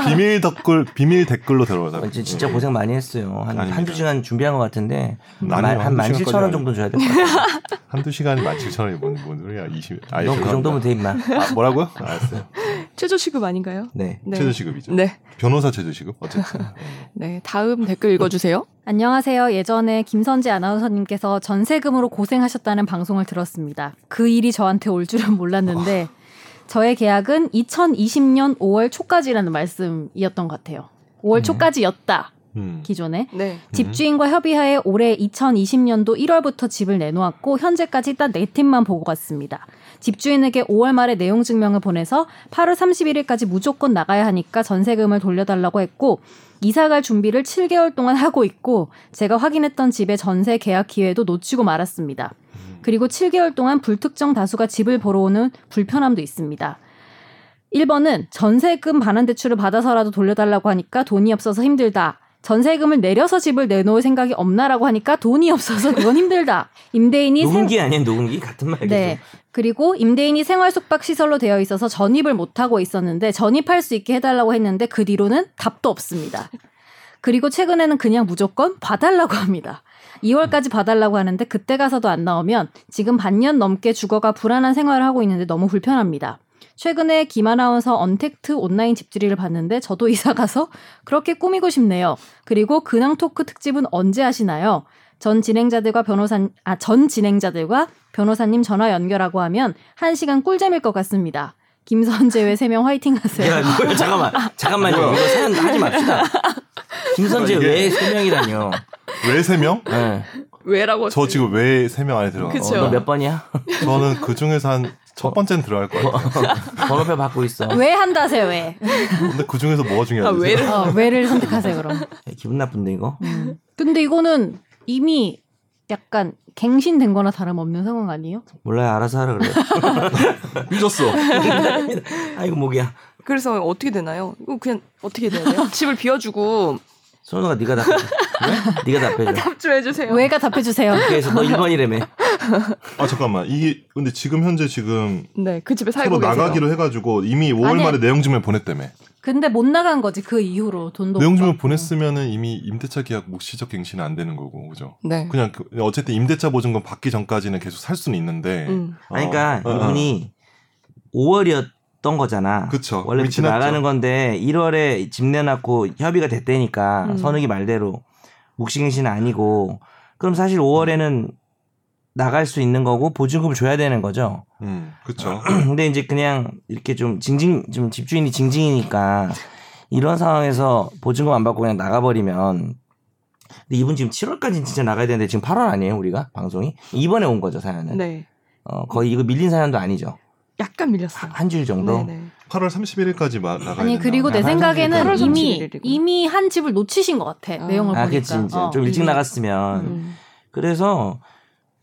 [SPEAKER 3] 댓글에 비밀 댓글 비밀 댓글로 들어가자.
[SPEAKER 2] 어, 진짜, 진짜 고생 많이 했어요 한
[SPEAKER 3] 아닙니다.
[SPEAKER 2] 한두 시간 준비한 것 같은데
[SPEAKER 3] 아니요, 한두
[SPEAKER 2] 한만 칠천 원
[SPEAKER 3] 시간까지는
[SPEAKER 2] 정도 줘야 될 것 같아요
[SPEAKER 3] 예. 한두 시간이 만 칠천 원이 뭔, 뭔 소리야? 20. 아예
[SPEAKER 2] 넌그
[SPEAKER 3] 죄송합니다.
[SPEAKER 2] 정도면 돼 임마
[SPEAKER 3] 아, 뭐라고요? 알았어요.
[SPEAKER 1] 최저 시급 아닌가요?
[SPEAKER 2] 네
[SPEAKER 1] 네.
[SPEAKER 3] 최저 시급이죠.
[SPEAKER 1] 네.
[SPEAKER 3] 변호사 최저 시급 어쨌든. 네.
[SPEAKER 1] 네. 다음 댓글 읽어 주세요.
[SPEAKER 4] 안녕하세요. 예전에 김선재 아나운서님께서 전세금으로 고생하셨다는 방송을 들었습니다. 그 일이 저한테 올 줄은 몰랐는데
[SPEAKER 3] 아.
[SPEAKER 4] 저의 계약은 2020년 5월 초까지라는 말씀이었던 것 같아요. 5월
[SPEAKER 2] 네.
[SPEAKER 4] 초까지였다.
[SPEAKER 3] 음.
[SPEAKER 4] 기존에
[SPEAKER 1] 네.
[SPEAKER 4] 집주인과 협의하에 올해 2020년도 1월부터 집을 내놓았고 현재까지 딱 네 팀만 보고 갔습니다. 집주인에게 5월 말에 내용 증명을 보내서 8월 31일까지 무조건 나가야 하니까 전세금을 돌려달라고 했고 이사갈 준비를 7개월 동안 하고 있고 제가 확인했던 집의 전세 계약 기회도 놓치고 말았습니다.
[SPEAKER 3] 음.
[SPEAKER 4] 그리고 7개월 동안 불특정 다수가 집을 보러 오는 불편함도 있습니다. 1번은 전세금 반환 대출을 받아서라도 돌려달라고 하니까 돈이 없어서 힘들다. 전세금을 내려서 집을 내놓을 생각이 없나라고 하니까 돈이 없어서 그건 힘들다. 임대인이 생-
[SPEAKER 2] 녹음기 아닌 녹음기 같은 말이죠.
[SPEAKER 4] 네. 그리고 임대인이 생활 숙박 시설로 되어 있어서 전입을 못 하고 있었는데 전입할 수 있게 해달라고 했는데 그 뒤로는 답도 없습니다. 그리고 최근에는 그냥 무조건 봐달라고 합니다. 2월까지 봐달라고 하는데 그때 가서도 안 나오면 지금 반년 넘게 주거가 불안한 생활을 하고 있는데 너무 불편합니다. 최근에 김아나운서 언택트 온라인 집들이를 봤는데 저도 이사 가서 그렇게 꾸미고 싶네요. 그리고 근황 토크 특집은 언제 하시나요? 전 진행자들과 변호사 아 전 진행자들과 변호사님 전화 연결하고 하면 한 시간 꿀잼일 것 같습니다. 김선 제외 세 명 화이팅 하세요.
[SPEAKER 2] 야, 뭐야, 잠깐만, 잠깐만요.
[SPEAKER 3] 뭐야?
[SPEAKER 2] 이거 사연 하지 맙시다. 김선재
[SPEAKER 3] 이게-
[SPEAKER 2] 왜 세 명이라뇨?
[SPEAKER 3] 왜세 명?
[SPEAKER 2] 네.
[SPEAKER 1] 왜라고?
[SPEAKER 3] 저 지금 왜 세 명 안에 들어가?
[SPEAKER 1] 그쵸.
[SPEAKER 2] 어, 너몇 번이야?
[SPEAKER 3] 저는 그 중에서 한 첫 번째는 들어갈 것 같아요.
[SPEAKER 2] 번호표 받고 있어.
[SPEAKER 4] 왜 한다세요 왜?
[SPEAKER 3] 근데 그 중에서 뭐가
[SPEAKER 1] 아,
[SPEAKER 3] 중요하지?
[SPEAKER 1] 왜를
[SPEAKER 4] 어, 왜를 선택하세요 그럼.
[SPEAKER 2] 네, 기분 나쁜데 이거?
[SPEAKER 4] 근데 이거는 이미 약간 갱신된 거나 다름없는 상황 아니에요?
[SPEAKER 2] 몰라요. 알아서 하라 그래.
[SPEAKER 3] 삐졌어.
[SPEAKER 2] 아이고 목이야.
[SPEAKER 1] 그래서 어떻게 되나요? 이거 그냥 어떻게 돼야 돼요? 집을 비워주고
[SPEAKER 2] 선우가 네가 답해. 네가 답해줘.
[SPEAKER 1] 답 좀 해주세요.
[SPEAKER 4] 왜가 답해주세요.
[SPEAKER 2] 그래서 너 1번이라며.
[SPEAKER 3] 아 잠깐만 이게 근데 지금 현재 지금
[SPEAKER 1] 네, 그 집에 살고
[SPEAKER 3] 새로
[SPEAKER 1] 계세요.
[SPEAKER 3] 나가기로 해가지고 이미 5월
[SPEAKER 4] 아니.
[SPEAKER 3] 말에 내용증명 보냈다며.
[SPEAKER 4] 근데 못 나간 거지 그 이후로 돈도
[SPEAKER 3] 내용증명
[SPEAKER 4] 못 받고.
[SPEAKER 3] 보냈으면은 이미 임대차 계약 뭐 묵시적 갱신은 안 되는 거고 그죠?
[SPEAKER 1] 네.
[SPEAKER 3] 그냥 그- 어쨌든 임대차 보증금 받기 전까지는 계속 살 수는 있는데.
[SPEAKER 1] 음.
[SPEAKER 2] 아니, 그러니까
[SPEAKER 3] 어, 어, 어.
[SPEAKER 2] 이분이 5월이었던 거잖아.
[SPEAKER 3] 그쵸.
[SPEAKER 2] 원래
[SPEAKER 3] 이미
[SPEAKER 2] 집
[SPEAKER 3] 지났죠.
[SPEAKER 2] 나가는 건데 1월에 집 내놨고 협의가 됐다니까
[SPEAKER 1] 음.
[SPEAKER 2] 선욱이 말대로 묵시갱신 아니고 그럼 사실 5월에는 나갈 수 있는 거고 보증금을 줘야 되는 거죠.
[SPEAKER 3] 음, 그렇죠.
[SPEAKER 2] 근데 이제 그냥 이렇게 좀 징징 좀 집주인이 징징이니까 이런 상황에서 보증금 안 받고 그냥 나가버리면 근데 이분 지금 7월까지 진짜 나가야 되는데 지금 8월 아니에요 우리가 방송이 이번에 온 거죠 사연은
[SPEAKER 1] 네.
[SPEAKER 2] 어, 거의 이거 밀린 사연도 아니죠
[SPEAKER 1] 약간 밀렸어요.
[SPEAKER 3] 아,
[SPEAKER 2] 한 줄
[SPEAKER 3] 그
[SPEAKER 2] 정도
[SPEAKER 1] 네, 네.
[SPEAKER 3] 8월 31일까지 마, 나가야
[SPEAKER 4] 아니 그리고 내
[SPEAKER 2] 나간
[SPEAKER 4] 생각에는
[SPEAKER 2] 사람이
[SPEAKER 4] 이미
[SPEAKER 1] 8월 31일 이고.
[SPEAKER 4] 이미 한 집을 놓치신 것 같아
[SPEAKER 1] 아.
[SPEAKER 4] 내용을
[SPEAKER 2] 아
[SPEAKER 4] 보니까.
[SPEAKER 2] 그치 이제
[SPEAKER 4] 어,
[SPEAKER 2] 좀 일찍
[SPEAKER 4] 이미.
[SPEAKER 2] 나갔으면
[SPEAKER 1] 음.
[SPEAKER 2] 그래서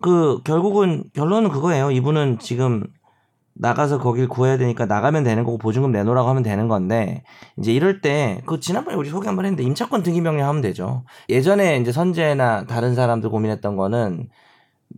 [SPEAKER 2] 그 결국은 결론은 그거예요. 이분은 지금 나가서 거길 구해야 되니까 나가면 되는 거고 보증금 내놓으라고 하면 되는 건데 이제 이럴 때 그 지난번에 우리 소개 한번 했는데 임차권 등기 명령 하면 되죠. 예전에 이제 선재나 다른 사람들 고민했던 거는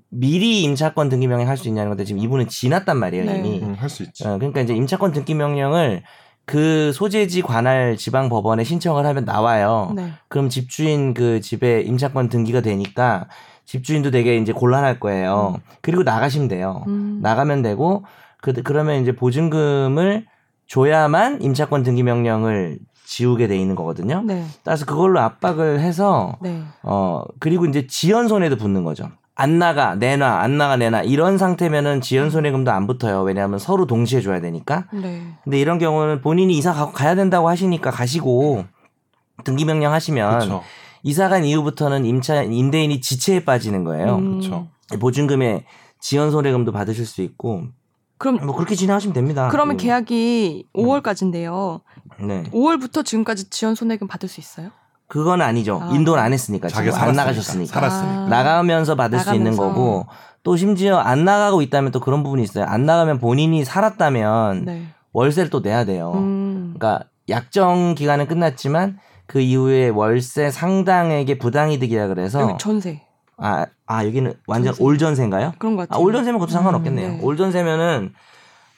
[SPEAKER 2] 미리 임차권 등기 명령 할 수 있냐는 건데 지금 이분은 지났단 말이에요
[SPEAKER 1] 네.
[SPEAKER 2] 이미.
[SPEAKER 3] 음, 할 수 있지.
[SPEAKER 2] 어, 그러니까 이제 임차권 등기 명령을 그 소재지 관할 지방 법원에 신청을 하면 나와요.
[SPEAKER 3] 어.
[SPEAKER 1] 네.
[SPEAKER 2] 그럼 집주인 그 집에 임차권 등기가 되니까 집주인도 되게 이제 곤란할 거예요. 그리고 나가시면 돼요.
[SPEAKER 1] 음.
[SPEAKER 2] 나가면 되고 그 그러면 이제 보증금을 줘야만 임차권 등기 명령을 지우게 돼 있는 거거든요.
[SPEAKER 1] 네.
[SPEAKER 2] 따라서 그걸로 압박을 해서
[SPEAKER 1] 네.
[SPEAKER 2] 어 그리고 이제 지연 손해도 붙는 거죠. 안 나가 내놔 안 나가 내놔 이런 상태면은 지연 손해금도 안 붙어요. 왜냐하면 서로 동시에 줘야 되니까.
[SPEAKER 1] 네.
[SPEAKER 2] 근데 이런 경우는 본인이 이사 가, 가야 된다고 하시니까 가시고 등기 명령 하시면
[SPEAKER 3] 그렇죠.
[SPEAKER 2] 이사간 이후부터는 임차 임대인이 지체에 빠지는 거예요.
[SPEAKER 1] 음.
[SPEAKER 3] 그쵸.
[SPEAKER 2] 보증금에 지연 손해금도 받으실 수 있고
[SPEAKER 1] 그럼
[SPEAKER 2] 뭐 그렇게 진행하시면
[SPEAKER 3] 아,
[SPEAKER 2] 됩니다.
[SPEAKER 1] 그러면
[SPEAKER 2] 그,
[SPEAKER 1] 계약이
[SPEAKER 3] 음.
[SPEAKER 1] 5월까지인데요.
[SPEAKER 2] 네
[SPEAKER 1] 5월부터 지금까지 지원 손해금 받을 수 있어요?
[SPEAKER 2] 그건 아니죠.
[SPEAKER 1] 아.
[SPEAKER 2] 인도는 안 했으니까
[SPEAKER 3] 자기가
[SPEAKER 2] 지금 안
[SPEAKER 3] 살았으니까.
[SPEAKER 2] 나가셨으니까
[SPEAKER 3] 살았으니까.
[SPEAKER 1] 아.
[SPEAKER 2] 나가면서 받을 수 있는
[SPEAKER 1] 나가면서.
[SPEAKER 2] 거고 또 심지어 안 나가고 있다면 또 그런 부분이 있어요. 안 나가면 본인이 살았다면
[SPEAKER 1] 네.
[SPEAKER 2] 월세를 또 내야 돼요.
[SPEAKER 1] 음.
[SPEAKER 2] 그러니까 약정 기간은 끝났지만 그 이후에 월세 상당액의 부당이득이라
[SPEAKER 1] 여기
[SPEAKER 2] 그래서
[SPEAKER 1] 전세
[SPEAKER 2] 아, 아 여기는 완전
[SPEAKER 1] 전세.
[SPEAKER 2] 올전세인가요?
[SPEAKER 1] 그런 것
[SPEAKER 2] 아,
[SPEAKER 1] 같아요.
[SPEAKER 2] 올전세면 그것도 상관없겠네요.
[SPEAKER 1] 음, 네. 음.
[SPEAKER 2] 올전세면은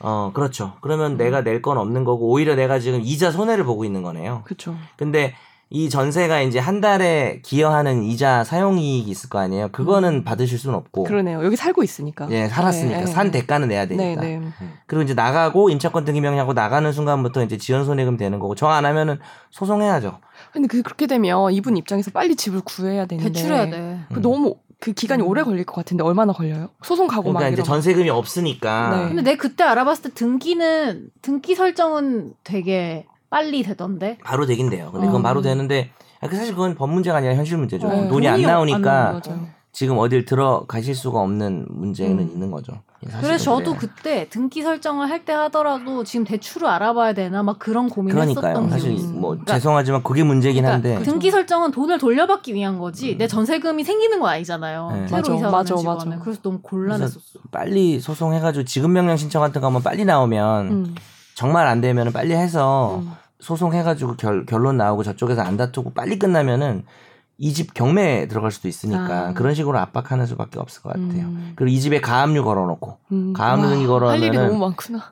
[SPEAKER 2] 어 그렇죠. 그러면 내가 낼 건 없는 거고 오히려 내가 지금 이자 손해를 보고 있는 거네요.
[SPEAKER 1] 그렇죠.
[SPEAKER 2] 근데 이 전세가 이제 한 달에 기여하는 이자 사용 이익이 있을 거 아니에요. 그거는 받으실 수는 없고.
[SPEAKER 1] 음. 그러네요. 여기 살고 있으니까.
[SPEAKER 2] 예, 살았으니까
[SPEAKER 1] 그러니까. 네, 네,
[SPEAKER 2] 산
[SPEAKER 1] 네.
[SPEAKER 2] 대가는 내야
[SPEAKER 1] 네,
[SPEAKER 2] 되니까.
[SPEAKER 1] 네.
[SPEAKER 2] 그리고 이제 나가고 임차권 등기 명령하고 나가는 순간부터 이제 지연 손해금 되는 거고 정 안 하면은 소송해야죠.
[SPEAKER 1] 근데 그 그렇게 되면 이분 입장에서 빨리 집을 구해야 되는데
[SPEAKER 4] 대출해야 돼.
[SPEAKER 2] 음.
[SPEAKER 1] 그 너무 그 기간이 오래 걸릴 것 같은데 얼마나 걸려요? 소송 가고
[SPEAKER 2] 그러니까
[SPEAKER 1] 막
[SPEAKER 2] 이제
[SPEAKER 1] 이런.
[SPEAKER 2] 전세금이 없으니까
[SPEAKER 1] 네.
[SPEAKER 4] 근데 내 그때 알아봤을 때 등기는 등기 설정은 되게 빨리 되던데.
[SPEAKER 2] 바로 되긴 돼요. 근데 그건
[SPEAKER 4] 음.
[SPEAKER 2] 바로 되는데 그러니까 사실 그건 법 문제가 아니라 현실 문제죠.
[SPEAKER 1] 어,
[SPEAKER 2] 돈이 안
[SPEAKER 1] 돈이
[SPEAKER 2] 나오니까 음.
[SPEAKER 1] 안 나오죠.
[SPEAKER 2] 지금 어딜 들어가실 수가 없는 문제는
[SPEAKER 4] 음.
[SPEAKER 2] 있는 거죠. 예, 사실은
[SPEAKER 4] 그래서 저도
[SPEAKER 2] 그래요.
[SPEAKER 4] 그때 등기 설정을 할 때 하더라도 지금 대출을 알아봐야 되나 막 그런 고민했었던
[SPEAKER 2] 그러니까요. 사실
[SPEAKER 4] 기억이 있어요.
[SPEAKER 2] 뭐
[SPEAKER 4] 그러니까-
[SPEAKER 2] 죄송하지만 그게 문제긴
[SPEAKER 4] 그러니까
[SPEAKER 2] 한데
[SPEAKER 1] 그죠.
[SPEAKER 4] 등기 설정은 돈을 돌려받기 위한 거지
[SPEAKER 2] 음.
[SPEAKER 4] 내 전세금이 생기는 거 아니잖아요.
[SPEAKER 2] 네.
[SPEAKER 4] 새로
[SPEAKER 1] 맞아,
[SPEAKER 4] 이사 가는
[SPEAKER 1] 맞아,
[SPEAKER 4] 집안에.
[SPEAKER 1] 맞아.
[SPEAKER 4] 그래서 너무 곤란했었어.
[SPEAKER 2] 빨리 소송해가지고 지급 명령 신청 같은 거 한번 빨리 나오면
[SPEAKER 4] 음.
[SPEAKER 2] 정말 안 되면 빨리 해서
[SPEAKER 1] 음.
[SPEAKER 2] 소송해가지고 결, 결론 나오고 저쪽에서 안 다투고 빨리 끝나면은 이 집 경매에 들어갈 수도 있으니까
[SPEAKER 4] 아.
[SPEAKER 2] 그런 식으로 압박하는 수밖에 없을 것 같아요.
[SPEAKER 1] 음.
[SPEAKER 2] 그리고 이 집에 가압류 걸어놓고
[SPEAKER 1] 음.
[SPEAKER 2] 가압류 등기
[SPEAKER 1] 할 일이 너무
[SPEAKER 2] 걸어놓으면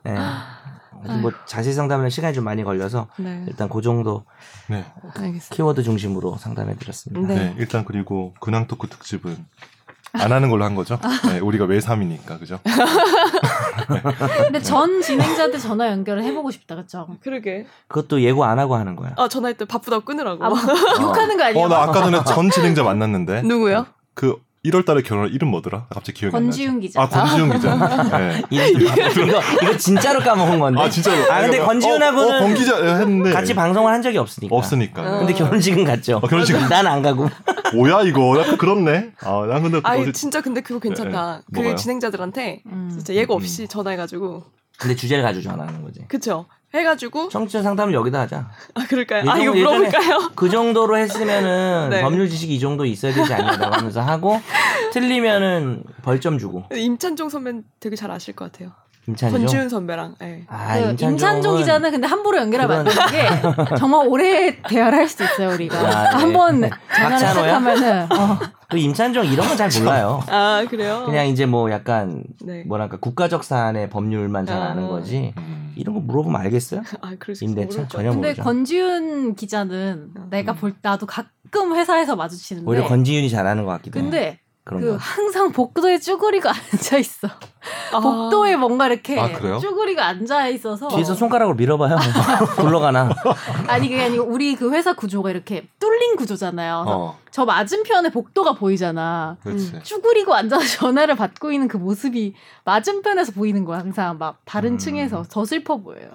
[SPEAKER 1] 많구나.
[SPEAKER 2] 예. 아직 뭐 자세 상담은 시간이 좀 많이 걸려서
[SPEAKER 4] 음.
[SPEAKER 1] 네,
[SPEAKER 2] 일단 그 정도
[SPEAKER 3] 네.
[SPEAKER 1] 알겠습니다.
[SPEAKER 2] 키워드 중심으로 상담해 드렸습니다.
[SPEAKER 1] 네.
[SPEAKER 3] 네, 일단 그리고 근황 토크 특집은 안 하는 걸로 한 거죠.
[SPEAKER 4] 아.
[SPEAKER 3] 네, 우리가 외삼이니까 그죠?
[SPEAKER 4] 근데 전 진행자한테 전화 연결을 해보고 싶다, 그쵸?
[SPEAKER 1] 그러게.
[SPEAKER 2] 그것도 예고 안 하고 하는 거야.
[SPEAKER 1] 아 전화할 때 바쁘다고 끊으라고.
[SPEAKER 4] 아, 뭐, 어, 욕하는 거 아니야?
[SPEAKER 3] 어, 나 아까 전에 전 진행자 만났는데
[SPEAKER 4] 네.
[SPEAKER 1] 누구요?
[SPEAKER 3] 그 1월달에 결혼 이름 뭐더라? 갑자기 기억이 안 나지.
[SPEAKER 4] 권지훈 기자.
[SPEAKER 3] 아 권지훈 기자. 네.
[SPEAKER 2] 이름도 이거 이거 진짜로 까먹은 건데
[SPEAKER 3] 아 진짜로.
[SPEAKER 2] 아, 근데
[SPEAKER 3] 어,
[SPEAKER 2] 권지훈하고는
[SPEAKER 3] 어, 권 기자 했는데
[SPEAKER 2] 같이 방송을 한 적이 없으니까.
[SPEAKER 3] 없으니까.
[SPEAKER 1] 어.
[SPEAKER 2] 근데 결혼식은 갔죠.
[SPEAKER 3] 어, 결혼식은
[SPEAKER 2] 난 안 가고.
[SPEAKER 3] 뭐야 이거? 약간 그렇네. 아, 난 근데
[SPEAKER 1] 아
[SPEAKER 3] 어제-
[SPEAKER 1] 진짜 근데 그거 괜찮다.
[SPEAKER 3] 네.
[SPEAKER 1] 그
[SPEAKER 3] 뭐가요?
[SPEAKER 1] 진행자들한테
[SPEAKER 4] 음.
[SPEAKER 1] 진짜 예고 없이 전화해가지고
[SPEAKER 2] 근데 주제를 가지고 안 하는 거지.
[SPEAKER 1] 그쵸? 해가지고
[SPEAKER 2] 청취자 상담을 여기다 하자.
[SPEAKER 1] 아 그럴까요? 아
[SPEAKER 2] 예전-
[SPEAKER 1] 이거 물어볼까요?
[SPEAKER 2] 그 정도로 했으면은
[SPEAKER 1] 네.
[SPEAKER 2] 법률 지식이 이 정도 있어야 되지 않냐라고 하면서 하고 틀리면은 벌점 주고
[SPEAKER 1] 임찬종 선배 되게 잘 아실 것 같아요.
[SPEAKER 2] 임찬종.
[SPEAKER 1] 권지훈 선배랑. 예.
[SPEAKER 2] 아,
[SPEAKER 4] 그
[SPEAKER 2] 임찬종은-
[SPEAKER 4] 임찬종 기자는 근데 함부로 연결하면 안 되는 게 정말 오래 대화를 할 수 있어요 우리가
[SPEAKER 2] 아, 네.
[SPEAKER 4] 한번
[SPEAKER 2] 네.
[SPEAKER 4] 전화를
[SPEAKER 2] 박찬호야?
[SPEAKER 4] 시작하면은 어,
[SPEAKER 2] 그 임찬종 이런 건 잘 몰라요.
[SPEAKER 1] 아 그래요?
[SPEAKER 2] 그냥 이제 뭐 약간
[SPEAKER 1] 네.
[SPEAKER 2] 뭐랄까 국가적 사안의 법률만
[SPEAKER 4] 어.
[SPEAKER 2] 잘 아는
[SPEAKER 1] 아.
[SPEAKER 2] 거지.
[SPEAKER 3] 음.
[SPEAKER 2] 이런 거 물어보면 알겠어요?
[SPEAKER 1] 아 그래서
[SPEAKER 2] 임대차 전혀
[SPEAKER 4] 근데
[SPEAKER 2] 모르죠. 음.
[SPEAKER 4] 권지윤 기자는 내가 볼 나도 가끔 회사에서 마주치는데
[SPEAKER 2] 오히려 권지윤이 잘하는 것 같기도 해요.
[SPEAKER 4] 네. 근데
[SPEAKER 2] 그런
[SPEAKER 4] 그
[SPEAKER 2] 거.
[SPEAKER 4] 항상 복도에 쭈그리고 앉아 있어 복도에 뭔가 이렇게
[SPEAKER 3] 아, 그래요?
[SPEAKER 4] 쭈그리고 앉아 있어서
[SPEAKER 2] 뒤에서 손가락으로 밀어봐요. 굴러가나.
[SPEAKER 4] 아니 그게 아니고 우리 그 회사 구조가 이렇게 뚫린 구조잖아요 그래서
[SPEAKER 3] 어,
[SPEAKER 4] 저 맞은편에 복도가 보이잖아
[SPEAKER 3] 그렇지.
[SPEAKER 1] 음.
[SPEAKER 4] 쭈그리고 앉아서 전화를 받고 있는 그 모습이 맞은편에서 보이는 거야 항상 막 다른
[SPEAKER 3] 음.
[SPEAKER 4] 층에서 더 슬퍼 보여요.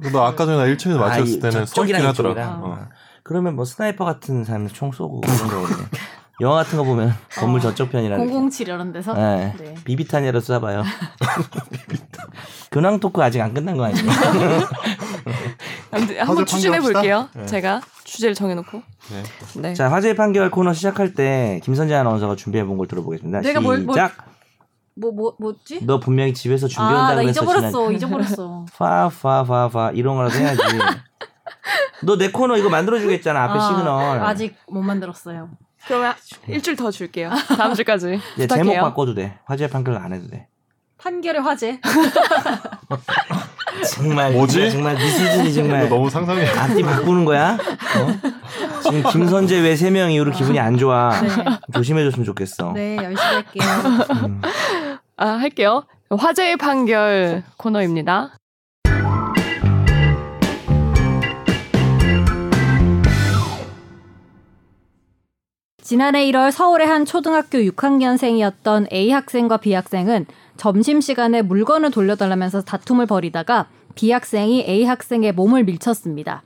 [SPEAKER 3] 그래서 나 아까 전에 나 1층에서
[SPEAKER 2] 아,
[SPEAKER 3] 맞췄을
[SPEAKER 2] 이
[SPEAKER 3] 때는 서있긴
[SPEAKER 2] 저쪽이랑
[SPEAKER 3] 하더라고.
[SPEAKER 2] 이쪽이랑.
[SPEAKER 3] 어.
[SPEAKER 2] 그러면 뭐 스나이퍼 같은 사람 총 쏘고 그런 거거든요. 영화 같은 거 보면 건물 저쪽 네, 편이라는.
[SPEAKER 4] 007 이런 데서
[SPEAKER 2] 네.
[SPEAKER 4] 어. 네.
[SPEAKER 2] 비비탄이라도 쏴봐요. 근황 토크 아직 안 끝난 거 아니에요?
[SPEAKER 4] 네.
[SPEAKER 1] 아무튼
[SPEAKER 3] 화제
[SPEAKER 1] 한번 추진해 볼게요.
[SPEAKER 3] 판결합시다. 네.
[SPEAKER 1] 제가 주제를 정해놓고.
[SPEAKER 3] 네.
[SPEAKER 1] 네.
[SPEAKER 2] 자, 화제의 판결 코너 시작할 때 김선재 아나운서가 준비해 본 걸 들어보겠습니다. 시작.
[SPEAKER 4] 내가 뭘- 뭘- 뭐 뭐 뭐지?
[SPEAKER 2] 너 분명히 집에서
[SPEAKER 4] 아,
[SPEAKER 2] 준비한다고
[SPEAKER 4] 나
[SPEAKER 2] 했어. 지난-
[SPEAKER 4] 잊어버렸어. 잊어버렸어.
[SPEAKER 2] 파파파파 이런 거라도 해야지. 너 내 코너 이거 만들어 주겠잖아. 앞에
[SPEAKER 4] 아,
[SPEAKER 2] 시그널.
[SPEAKER 4] 아직 못 만들었어요.
[SPEAKER 1] 그러면 일주일 더 줄게요. 아, 네, 다음 주까지.
[SPEAKER 2] 이제 제목
[SPEAKER 1] 부탁해요.
[SPEAKER 2] 바꿔도 돼. 화제 판결 안 해도 돼.
[SPEAKER 4] 판결의 화제.
[SPEAKER 2] 어. 정말
[SPEAKER 3] 뭐지?
[SPEAKER 2] 네, 정말 미수진이
[SPEAKER 3] 이거
[SPEAKER 2] 정말
[SPEAKER 3] 너무 상상이
[SPEAKER 2] 앞뒤 바꾸는 거야? 어? 지금 김선재 외 세 명 이후로 기분이 안 좋아.
[SPEAKER 4] 네.
[SPEAKER 2] 조심해줬으면 좋겠어.
[SPEAKER 4] 네, 열심히 할게요.
[SPEAKER 2] 음.
[SPEAKER 1] 아 할게요. 화제의 판결 코너입니다.
[SPEAKER 4] 지난해 1월 서울의 한 초등학교 6학년생이었던 A 학생과 B 학생은 점심시간에 물건을 돌려달라면서 다툼을 벌이다가 B 학생이 A 학생의 몸을 밀쳤습니다.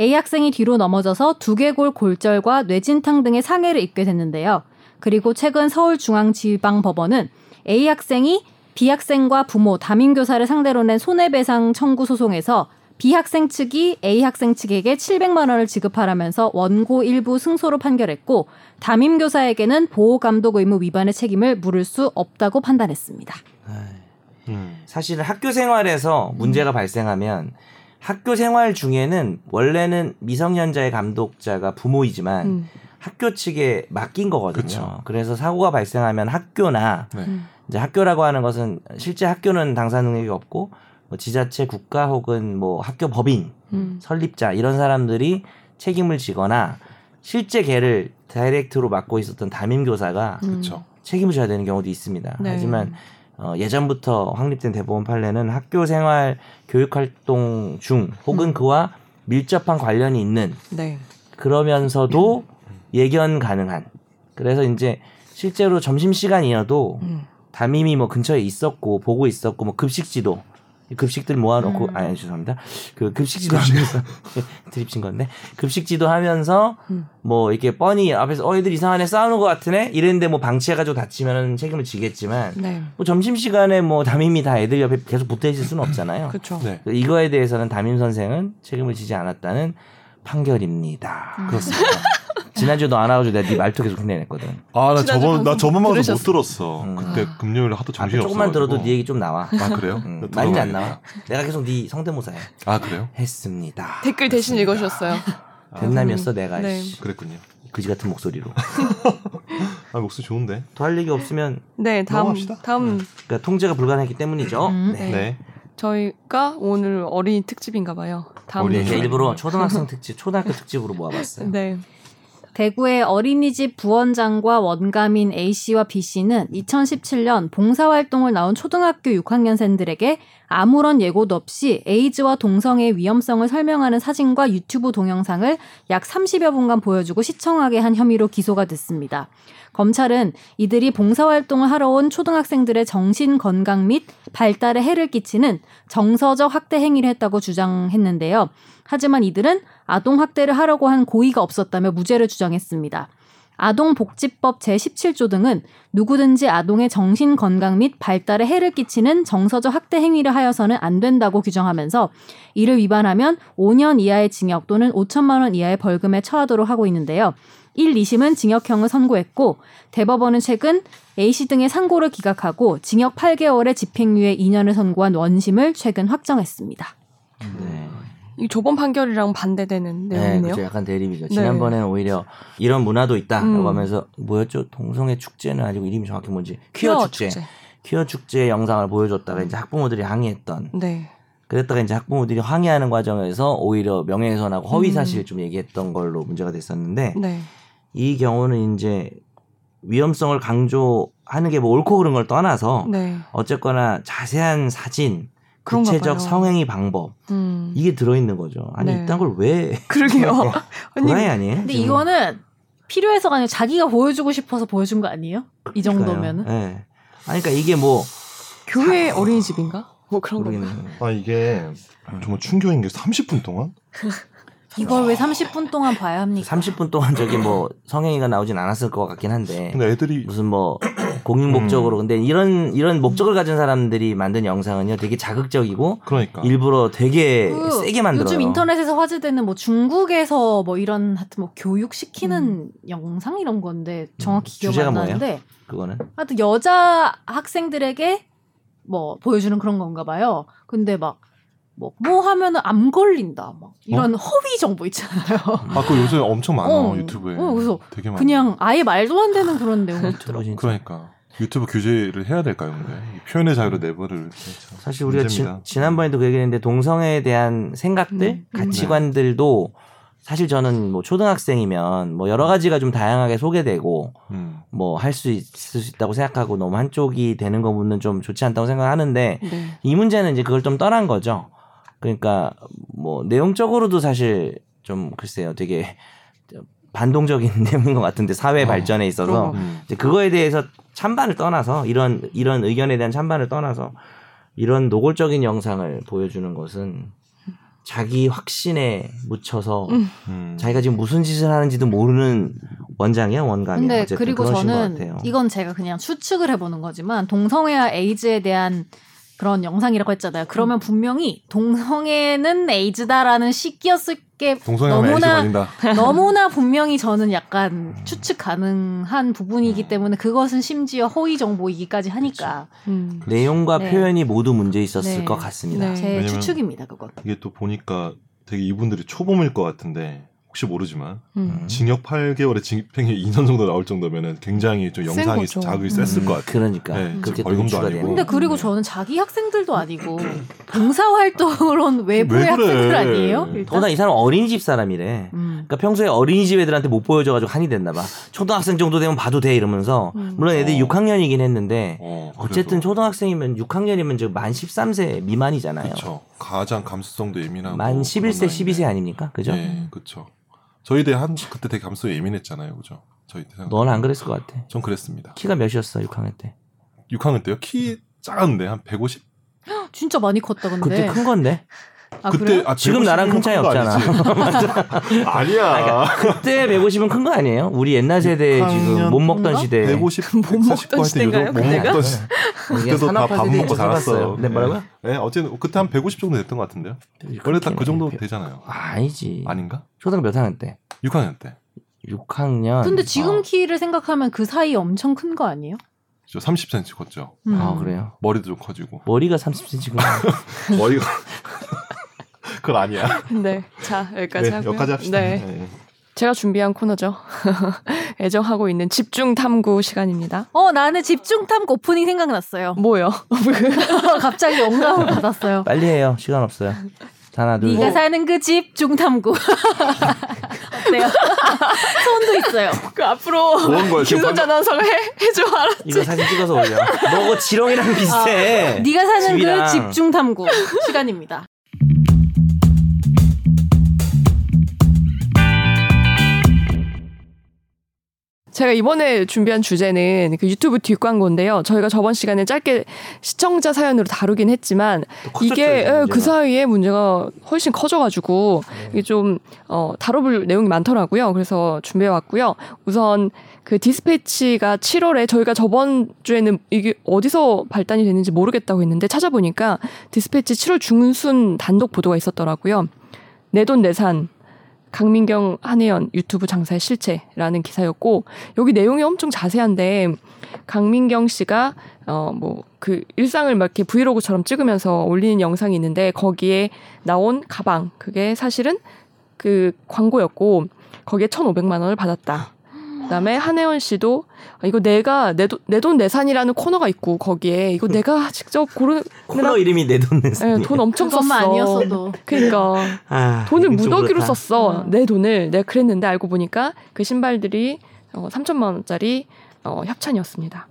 [SPEAKER 4] A 학생이 뒤로 넘어져서 두개골 골절과 뇌진탕 등의 상해를 입게 됐는데요. 그리고 최근 서울중앙지방법원은 A 학생이 B 학생과 부모, 담임교사를 상대로 낸 손해배상 청구 소송에서 B 학생 측이 A 학생 측에게 700만 원을 지급하라면서 원고 일부 승소로 판결했고 담임 교사에게는 보호 감독 의무 위반의 책임을 물을 수 없다고 판단했습니다.
[SPEAKER 3] 음.
[SPEAKER 2] 사실 학교 생활에서 문제가 발생하면 학교 생활 중에는 원래는 미성년자의 감독자가 부모이지만
[SPEAKER 1] 음.
[SPEAKER 2] 학교 측에 맡긴 거거든요.
[SPEAKER 3] 그쵸.
[SPEAKER 2] 그래서 사고가 발생하면 학교나
[SPEAKER 3] 네.
[SPEAKER 2] 이제 학교라고 하는 것은 실제 학교는 당사 능력이 없고 뭐 지자체, 국가 혹은 뭐 학교 법인
[SPEAKER 1] 음.
[SPEAKER 2] 설립자 이런 사람들이 책임을 지거나 실제 걔를 다이렉트로 맡고 있었던 담임 교사가
[SPEAKER 3] 그렇죠.
[SPEAKER 2] 책임을 져야 되는 경우도 있습니다.
[SPEAKER 1] 음. 네.
[SPEAKER 2] 하지만 어, 예전부터 확립된 대법원 판례는 학교 생활 교육 활동 중 혹은 그와 밀접한 관련이 있는
[SPEAKER 1] 네.
[SPEAKER 2] 그러면서도 예견 가능한 그래서 이제 실제로 점심 시간이어도
[SPEAKER 1] 음.
[SPEAKER 2] 담임이 뭐 근처에 있었고 보고 있었고 뭐 급식 지도 급식들 모아놓고
[SPEAKER 4] 음.
[SPEAKER 2] 아니 죄송합니다. 그 급식지도 하면서 드립친 건데 급식지도 하면서
[SPEAKER 1] 음.
[SPEAKER 2] 뭐 이렇게 뻔히 앞에서 어 애들 이상하네 싸우는 것 같으네 이랬는데 뭐 방치해가지고 다치면 책임을 지겠지만
[SPEAKER 1] 네.
[SPEAKER 2] 뭐 점심 시간에 뭐 담임이 다 애들 옆에 계속 붙어 있을 수는 없잖아요.
[SPEAKER 1] 그렇죠.
[SPEAKER 3] 네.
[SPEAKER 2] 그래서 이거에 대해서는 담임 선생은 책임을 지지 않았다는 판결입니다.
[SPEAKER 1] 음.
[SPEAKER 3] 그렇습니다.
[SPEAKER 2] 지난주도 안 와가지고 내가 네 말투 계속 흉내냈거든.
[SPEAKER 3] 아, 나
[SPEAKER 1] 지난주
[SPEAKER 3] 저번 나
[SPEAKER 1] 방송
[SPEAKER 3] 저번 방송 못
[SPEAKER 1] 들으셨어요?
[SPEAKER 3] 들었어.
[SPEAKER 2] 음.
[SPEAKER 3] 그때
[SPEAKER 1] 아.
[SPEAKER 3] 금요일에 하도
[SPEAKER 2] 아,
[SPEAKER 3] 정신이 없어.
[SPEAKER 2] 조금만 들어도 네 얘기 좀 나와.
[SPEAKER 3] 아 그래요?
[SPEAKER 2] 음,
[SPEAKER 3] 나
[SPEAKER 2] 많이 안
[SPEAKER 3] 들어봐야겠다.
[SPEAKER 2] 나와. 내가 계속 네 성대모사 해.
[SPEAKER 3] 아 그래요?
[SPEAKER 2] 했습니다.
[SPEAKER 1] 댓글 대신
[SPEAKER 2] 했습니다.
[SPEAKER 1] 읽으셨어요.
[SPEAKER 2] 됐남이었어 내가.
[SPEAKER 1] 네.
[SPEAKER 2] 씨.
[SPEAKER 3] 그랬군요.
[SPEAKER 2] 그지 같은 목소리로.
[SPEAKER 3] 아 목소리 좋은데.
[SPEAKER 2] 더 할 얘기 없으면
[SPEAKER 1] 네, 다음
[SPEAKER 3] 넘어갑시다.
[SPEAKER 1] 다음
[SPEAKER 2] 그러니까 통제가 불가능했기 때문이죠.
[SPEAKER 4] 음.
[SPEAKER 2] 네.
[SPEAKER 3] 네.
[SPEAKER 1] 저희가 오늘 어린이 특집인가 봐요. 다음
[SPEAKER 3] 어린이
[SPEAKER 2] 제가
[SPEAKER 1] 주에.
[SPEAKER 2] 네, 일부러 초등학생 특집, 초등학교 특집으로 모아봤어요.
[SPEAKER 1] 네.
[SPEAKER 4] 대구의 어린이집 부원장과 원감인 A씨와 B씨는 2017년 봉사활동을 나온 초등학교 6학년생들에게 아무런 예고도 없이 에이즈와 동성애의 위험성을 설명하는 사진과 유튜브 동영상을 약 30여 분간 보여주고 시청하게 한 혐의로 기소가 됐습니다. 검찰은 이들이 봉사활동을 하러 온 초등학생들의 정신 건강 및 발달에 해를 끼치는 정서적 학대 행위를 했다고 주장했는데요. 하지만 이들은 아동 학대를 하려고 한 고의가 없었다며 무죄를 주장했습니다. 아동복지법 제17조 등은 누구든지 아동의 정신 건강 및 발달에 해를 끼치는 정서적 학대 행위를 하여서는 안 된다고 규정하면서 이를 위반하면 5년 이하의 징역 또는 5천만 원 이하의 벌금에 처하도록 하고 있는데요. 1, 2심은 징역형을 선고했고 대법원은 최근 A씨 등의 상고를 기각하고 징역 8개월의 집행유예 2년을 선고한 원심을 최근 확정했습니다.
[SPEAKER 2] 네.
[SPEAKER 1] 이 저번 판결이랑 반대되는
[SPEAKER 2] 네,
[SPEAKER 1] 내용이네요.
[SPEAKER 2] 그죠. 약간 대립이죠.
[SPEAKER 1] 네.
[SPEAKER 2] 지난번에는 오히려 이런 문화도 있다라고
[SPEAKER 1] 음.
[SPEAKER 2] 하면서 뭐였죠? 동성애 축제는 아니고 이름이 정확히 뭔지 퀴어 축제. 퀴어 축제 영상을
[SPEAKER 1] 음.
[SPEAKER 2] 보여줬다가 이제 학부모들이 항의했던.
[SPEAKER 1] 네.
[SPEAKER 2] 그랬다가 이제 학부모들이 항의하는 과정에서 오히려 명예훼손하고 허위
[SPEAKER 1] 음.
[SPEAKER 2] 사실 좀 얘기했던 걸로 문제가 됐었는데
[SPEAKER 1] 네.
[SPEAKER 2] 이 경우는 이제 위험성을 강조하는 게 뭐 옳고 그른 걸 떠나서
[SPEAKER 1] 네.
[SPEAKER 2] 어쨌거나 자세한 사진,
[SPEAKER 1] 그런가
[SPEAKER 2] 구체적
[SPEAKER 1] 봐요.
[SPEAKER 2] 성행위 방법
[SPEAKER 1] 음.
[SPEAKER 2] 이게 들어있는 거죠. 아니
[SPEAKER 1] 네.
[SPEAKER 2] 이딴 어, 걸 왜
[SPEAKER 1] 그러게요. 아니,
[SPEAKER 2] 불안해 아니에요?
[SPEAKER 4] 근데 이거는 필요해서가 아니라 자기가 보여주고 싶어서 보여준 거 아니에요? 이 정도면은
[SPEAKER 2] 네. 아니 그러니까 이게 뭐
[SPEAKER 1] 교회 어린이집인가? 뭐 그런
[SPEAKER 2] 모르겠네.
[SPEAKER 1] 건가?
[SPEAKER 3] 아 이게 정말 충격인 게 30분 동안
[SPEAKER 4] 이걸 왜 30분 동안 봐야 합니까?
[SPEAKER 2] 30분 동안 저기 뭐 성행위가 나오진 않았을 것 같긴 한데
[SPEAKER 3] 근데 음. 애들이
[SPEAKER 2] 무슨 뭐 공익 목적으로 근데 이런 이런 목적을 가진 사람들이 만든 영상은요 되게 자극적이고
[SPEAKER 3] 그러니까
[SPEAKER 2] 일부러 되게 네, 세게 만들어요.
[SPEAKER 4] 그 요즘 인터넷에서 화제되는 뭐 중국에서 뭐 이런 하여튼 뭐 교육시키는 영상 이런 건데 정확히 기억
[SPEAKER 2] 음. 주제가
[SPEAKER 4] 안
[SPEAKER 2] 뭐예요?
[SPEAKER 4] 나는데
[SPEAKER 2] 그거는
[SPEAKER 4] 하여튼 여자 학생들에게 뭐 보여주는 그런 건가 봐요. 근데 막 뭐, 뭐 하면은 암 걸린다. 막
[SPEAKER 2] 어?
[SPEAKER 4] 이런 허위 정보 있잖아요.
[SPEAKER 3] 아 그거 요새 엄청 많아
[SPEAKER 4] 어.
[SPEAKER 3] 유튜브에.
[SPEAKER 4] 어, 그래서
[SPEAKER 3] 되게 많아.
[SPEAKER 4] 그냥 아예 말도 안 되는 그런 내용이 있더라고요.
[SPEAKER 2] 유튜브 진짜.
[SPEAKER 3] 그러니까 유튜브 규제를 해야 될까요, 근데 이 표현의 자유로 내버를. 진짜
[SPEAKER 2] 사실 우리가 지,
[SPEAKER 3] 문제입니다.
[SPEAKER 2] 지난번에도 그 얘기했는데 동성애에 대한 생각들,
[SPEAKER 1] 음, 음.
[SPEAKER 2] 가치관들도 사실 저는 뭐 초등학생이면 뭐 여러 가지가 좀 다양하게 소개되고
[SPEAKER 3] 음.
[SPEAKER 2] 뭐 할 수 있을 수 있다고 생각하고 너무 한쪽이 되는 거는 좀 좋지 않다고 생각하는데
[SPEAKER 1] 네.
[SPEAKER 2] 이 문제는 이제 그걸 좀 떠난 거죠. 그러니까 뭐 내용적으로도 사실 좀 글쎄요 되게 반동적인 내용인 것 같은데 사회
[SPEAKER 3] 어.
[SPEAKER 2] 발전에 있어서
[SPEAKER 1] 어.
[SPEAKER 3] 음.
[SPEAKER 2] 이제 그거에 대해서 찬반을 떠나서 이런 이런 의견에 대한 찬반을 떠나서 이런 노골적인 영상을 보여주는 것은 자기 확신에 묻혀서
[SPEAKER 1] 음.
[SPEAKER 3] 음.
[SPEAKER 2] 자기가 지금 무슨 짓을 하는지도 모르는 원장이야 원감이
[SPEAKER 4] 근데
[SPEAKER 2] 어쨌든
[SPEAKER 4] 그리고
[SPEAKER 2] 그러신 것
[SPEAKER 4] 저는
[SPEAKER 2] 같아요.
[SPEAKER 4] 이건 제가 그냥 추측을 해보는 거지만 동성애와 에이즈에 대한 그런 영상이라고 했잖아요.
[SPEAKER 2] 음.
[SPEAKER 4] 그러면 분명히 동성애는 에이즈다라는 시기였을 게
[SPEAKER 3] 동성애하면 에이즈
[SPEAKER 4] 너무나-
[SPEAKER 3] 걸린다.
[SPEAKER 4] 너무나 분명히 저는 약간 추측 가능한
[SPEAKER 2] 음.
[SPEAKER 4] 부분이기 때문에 그것은 심지어 허위 정보이기까지 하니까
[SPEAKER 1] 음.
[SPEAKER 2] 내용과
[SPEAKER 4] 네.
[SPEAKER 2] 표현이 모두 문제 있었을
[SPEAKER 4] 네.
[SPEAKER 2] 것 같습니다.
[SPEAKER 1] 네.
[SPEAKER 4] 제
[SPEAKER 3] 왜냐면-
[SPEAKER 4] 추측입니다. 그건
[SPEAKER 3] 이게 또 보니까 되게 이분들이 초범일 것 같은데 혹시 모르지만
[SPEAKER 1] 음.
[SPEAKER 3] 징역 8개월에 집행유예 2년 정도 나올 정도면은 굉장히 좀
[SPEAKER 1] 센
[SPEAKER 3] 영상이
[SPEAKER 1] 거죠.
[SPEAKER 3] 자극이
[SPEAKER 1] 음.
[SPEAKER 3] 셌을 것 같아요.
[SPEAKER 2] 그러니까
[SPEAKER 3] 네,
[SPEAKER 2] 그렇게
[SPEAKER 3] 지금
[SPEAKER 2] 또
[SPEAKER 3] 벌금도
[SPEAKER 2] 유추가
[SPEAKER 3] 아니고.
[SPEAKER 2] 되는.
[SPEAKER 4] 근데 그리고
[SPEAKER 3] 네.
[SPEAKER 4] 저는 자기 학생들도 아니고 봉사활동으론 외부의
[SPEAKER 3] 왜 그래?
[SPEAKER 4] 학생들 아니에요?
[SPEAKER 2] 음. 더나 이 사람 어린이집 사람이래.
[SPEAKER 4] 음.
[SPEAKER 2] 그러니까 평소에 어린이집 애들한테 못 보여줘가지고 한이 됐나 봐. 초등학생 정도 되면 봐도 돼 이러면서
[SPEAKER 1] 음.
[SPEAKER 2] 물론 애들이
[SPEAKER 3] 어.
[SPEAKER 2] 6학년이긴 했는데
[SPEAKER 3] 어,
[SPEAKER 2] 어쨌든 초등학생이면 6학년이면 지금 만 13세 미만이잖아요.
[SPEAKER 3] 그렇죠. 가장 감수성도 예민하고
[SPEAKER 2] 만 11세,
[SPEAKER 3] 뭐 그런
[SPEAKER 2] 12세 아닙니까? 그죠?
[SPEAKER 3] 나이인데. 예, 그렇죠. 저희 때 한 그때 되게 감수에 예민했잖아요, 그죠? 저희 때.
[SPEAKER 2] 넌 안 그랬을 것 같아.
[SPEAKER 3] 전 그랬습니다.
[SPEAKER 2] 키가 몇이었어 6학년 때?
[SPEAKER 3] 6학년 때요. 키 작았는데 한 150?
[SPEAKER 4] 진짜 많이 컸다 근데.
[SPEAKER 2] 그때 큰 건데
[SPEAKER 4] 아,
[SPEAKER 3] 그때
[SPEAKER 4] 그래요?
[SPEAKER 3] 아,
[SPEAKER 2] 지금 나랑 큰 차이 그러니까
[SPEAKER 3] 150은 큰거 아니지? 아니야.
[SPEAKER 2] 그때 150은 큰 거 아니에요? 우리 옛날 세대 지금
[SPEAKER 3] 6학년
[SPEAKER 2] 못 먹던
[SPEAKER 4] 인가?
[SPEAKER 2] 시대
[SPEAKER 3] 150,
[SPEAKER 1] 못뭐 먹던
[SPEAKER 3] 140고 할때
[SPEAKER 1] 시대인가요,
[SPEAKER 3] 유독 못
[SPEAKER 1] 그때가?
[SPEAKER 3] 먹던 시 그때도 다밥 먹고 살았어요.
[SPEAKER 2] 네, 뭐라고요?
[SPEAKER 3] 예, 어쨌든 그때 한 150 정도 됐던 것 같은데요. 원래 딱 그 정도 되잖아요.
[SPEAKER 2] 네. 아니지.
[SPEAKER 3] 아닌가?
[SPEAKER 2] 초등학교 몇 학년 때?
[SPEAKER 3] 6학년 때.
[SPEAKER 2] 6학년.
[SPEAKER 4] 근데 지금
[SPEAKER 3] 아.
[SPEAKER 4] 키를 생각하면 그 사이 엄청 큰 거 아니에요?
[SPEAKER 3] 저 30cm 컸죠.
[SPEAKER 4] 음.
[SPEAKER 2] 아 그래요?
[SPEAKER 3] 머리도 좀 커지고.
[SPEAKER 2] 머리가 30cm구나.
[SPEAKER 3] 머리가 그건 아니야.
[SPEAKER 1] 네. 자, 여기까지
[SPEAKER 3] 음. 네,
[SPEAKER 1] 하고요.
[SPEAKER 3] 여기까지 합시다.
[SPEAKER 1] 네.
[SPEAKER 3] 예, 예.
[SPEAKER 1] 제가 준비한 코너죠. 애정하고 있는 집중 탐구 시간입니다.
[SPEAKER 4] 어 나는 집중 탐구 오프닝 생각났어요.
[SPEAKER 1] 뭐요?
[SPEAKER 4] 갑자기 영감을 받았어요.
[SPEAKER 2] 빨리 해요. 시간 없어요. 하나 둘.
[SPEAKER 4] 네가
[SPEAKER 2] 셋.
[SPEAKER 4] 사는 그 집중 탐구. 어때요? 소원도 있어요.
[SPEAKER 1] 그 앞으로
[SPEAKER 3] 뭐한 거야, 지금
[SPEAKER 1] 김선재 아나운서가 해, 해줘 알아.
[SPEAKER 2] 이거 사진 찍어서 올려. 너그
[SPEAKER 1] 아,
[SPEAKER 2] 지렁이랑 비슷해.
[SPEAKER 4] 네가 사는
[SPEAKER 2] 집이랑.
[SPEAKER 4] 그 집중 탐구 시간입니다.
[SPEAKER 1] 제가 이번에 준비한 주제는 그 유튜브 뒷광고인데요. 저희가 저번 시간에 짧게 시청자 사연으로 다루긴 했지만
[SPEAKER 2] 또 컸었죠,
[SPEAKER 1] 이게 예,
[SPEAKER 2] 문제가. 네.
[SPEAKER 1] 그 사이에 문제가 훨씬 커져가지고 이게 좀 어, 다뤄볼 내용이 많더라고요. 그래서 준비해왔고요. 우선 그 디스패치가 7월에 저희가 저번 주에는 이게 어디서 발단이 됐는지 모르겠다고 했는데 찾아보니까 디스패치 7월 중순 단독 보도가 있었더라고요. 내돈 내산 강민경 한혜연 유튜브 장사의 실체라는 기사였고 여기 내용이 엄청 자세한데 강민경 씨가 어 뭐 그 일상을 막 이렇게 브이로그처럼 찍으면서 올리는 영상이 있는데 거기에 나온 가방 그게 사실은 그 광고였고 거기에 1,500만 원을 받았다. 그다음에 한혜원 씨도 아, 이거 내가 내 돈 내돈 내산이라는 코너가 있고 거기에 이거 내가 직접 고르는
[SPEAKER 2] 코너 이름이 내 돈 냈어.
[SPEAKER 1] 예, 돈 엄청 썼어.
[SPEAKER 4] 그것만 아니었어도
[SPEAKER 1] 그러니까
[SPEAKER 2] 아,
[SPEAKER 1] 돈을
[SPEAKER 2] 이게 좀
[SPEAKER 1] 무더기로
[SPEAKER 2] 그렇다.
[SPEAKER 1] 썼어.
[SPEAKER 4] 음.
[SPEAKER 1] 내 돈을 내가 그랬는데 알고 보니까 그 신발들이 어, 3천만 원짜리 어, 협찬이었습니다.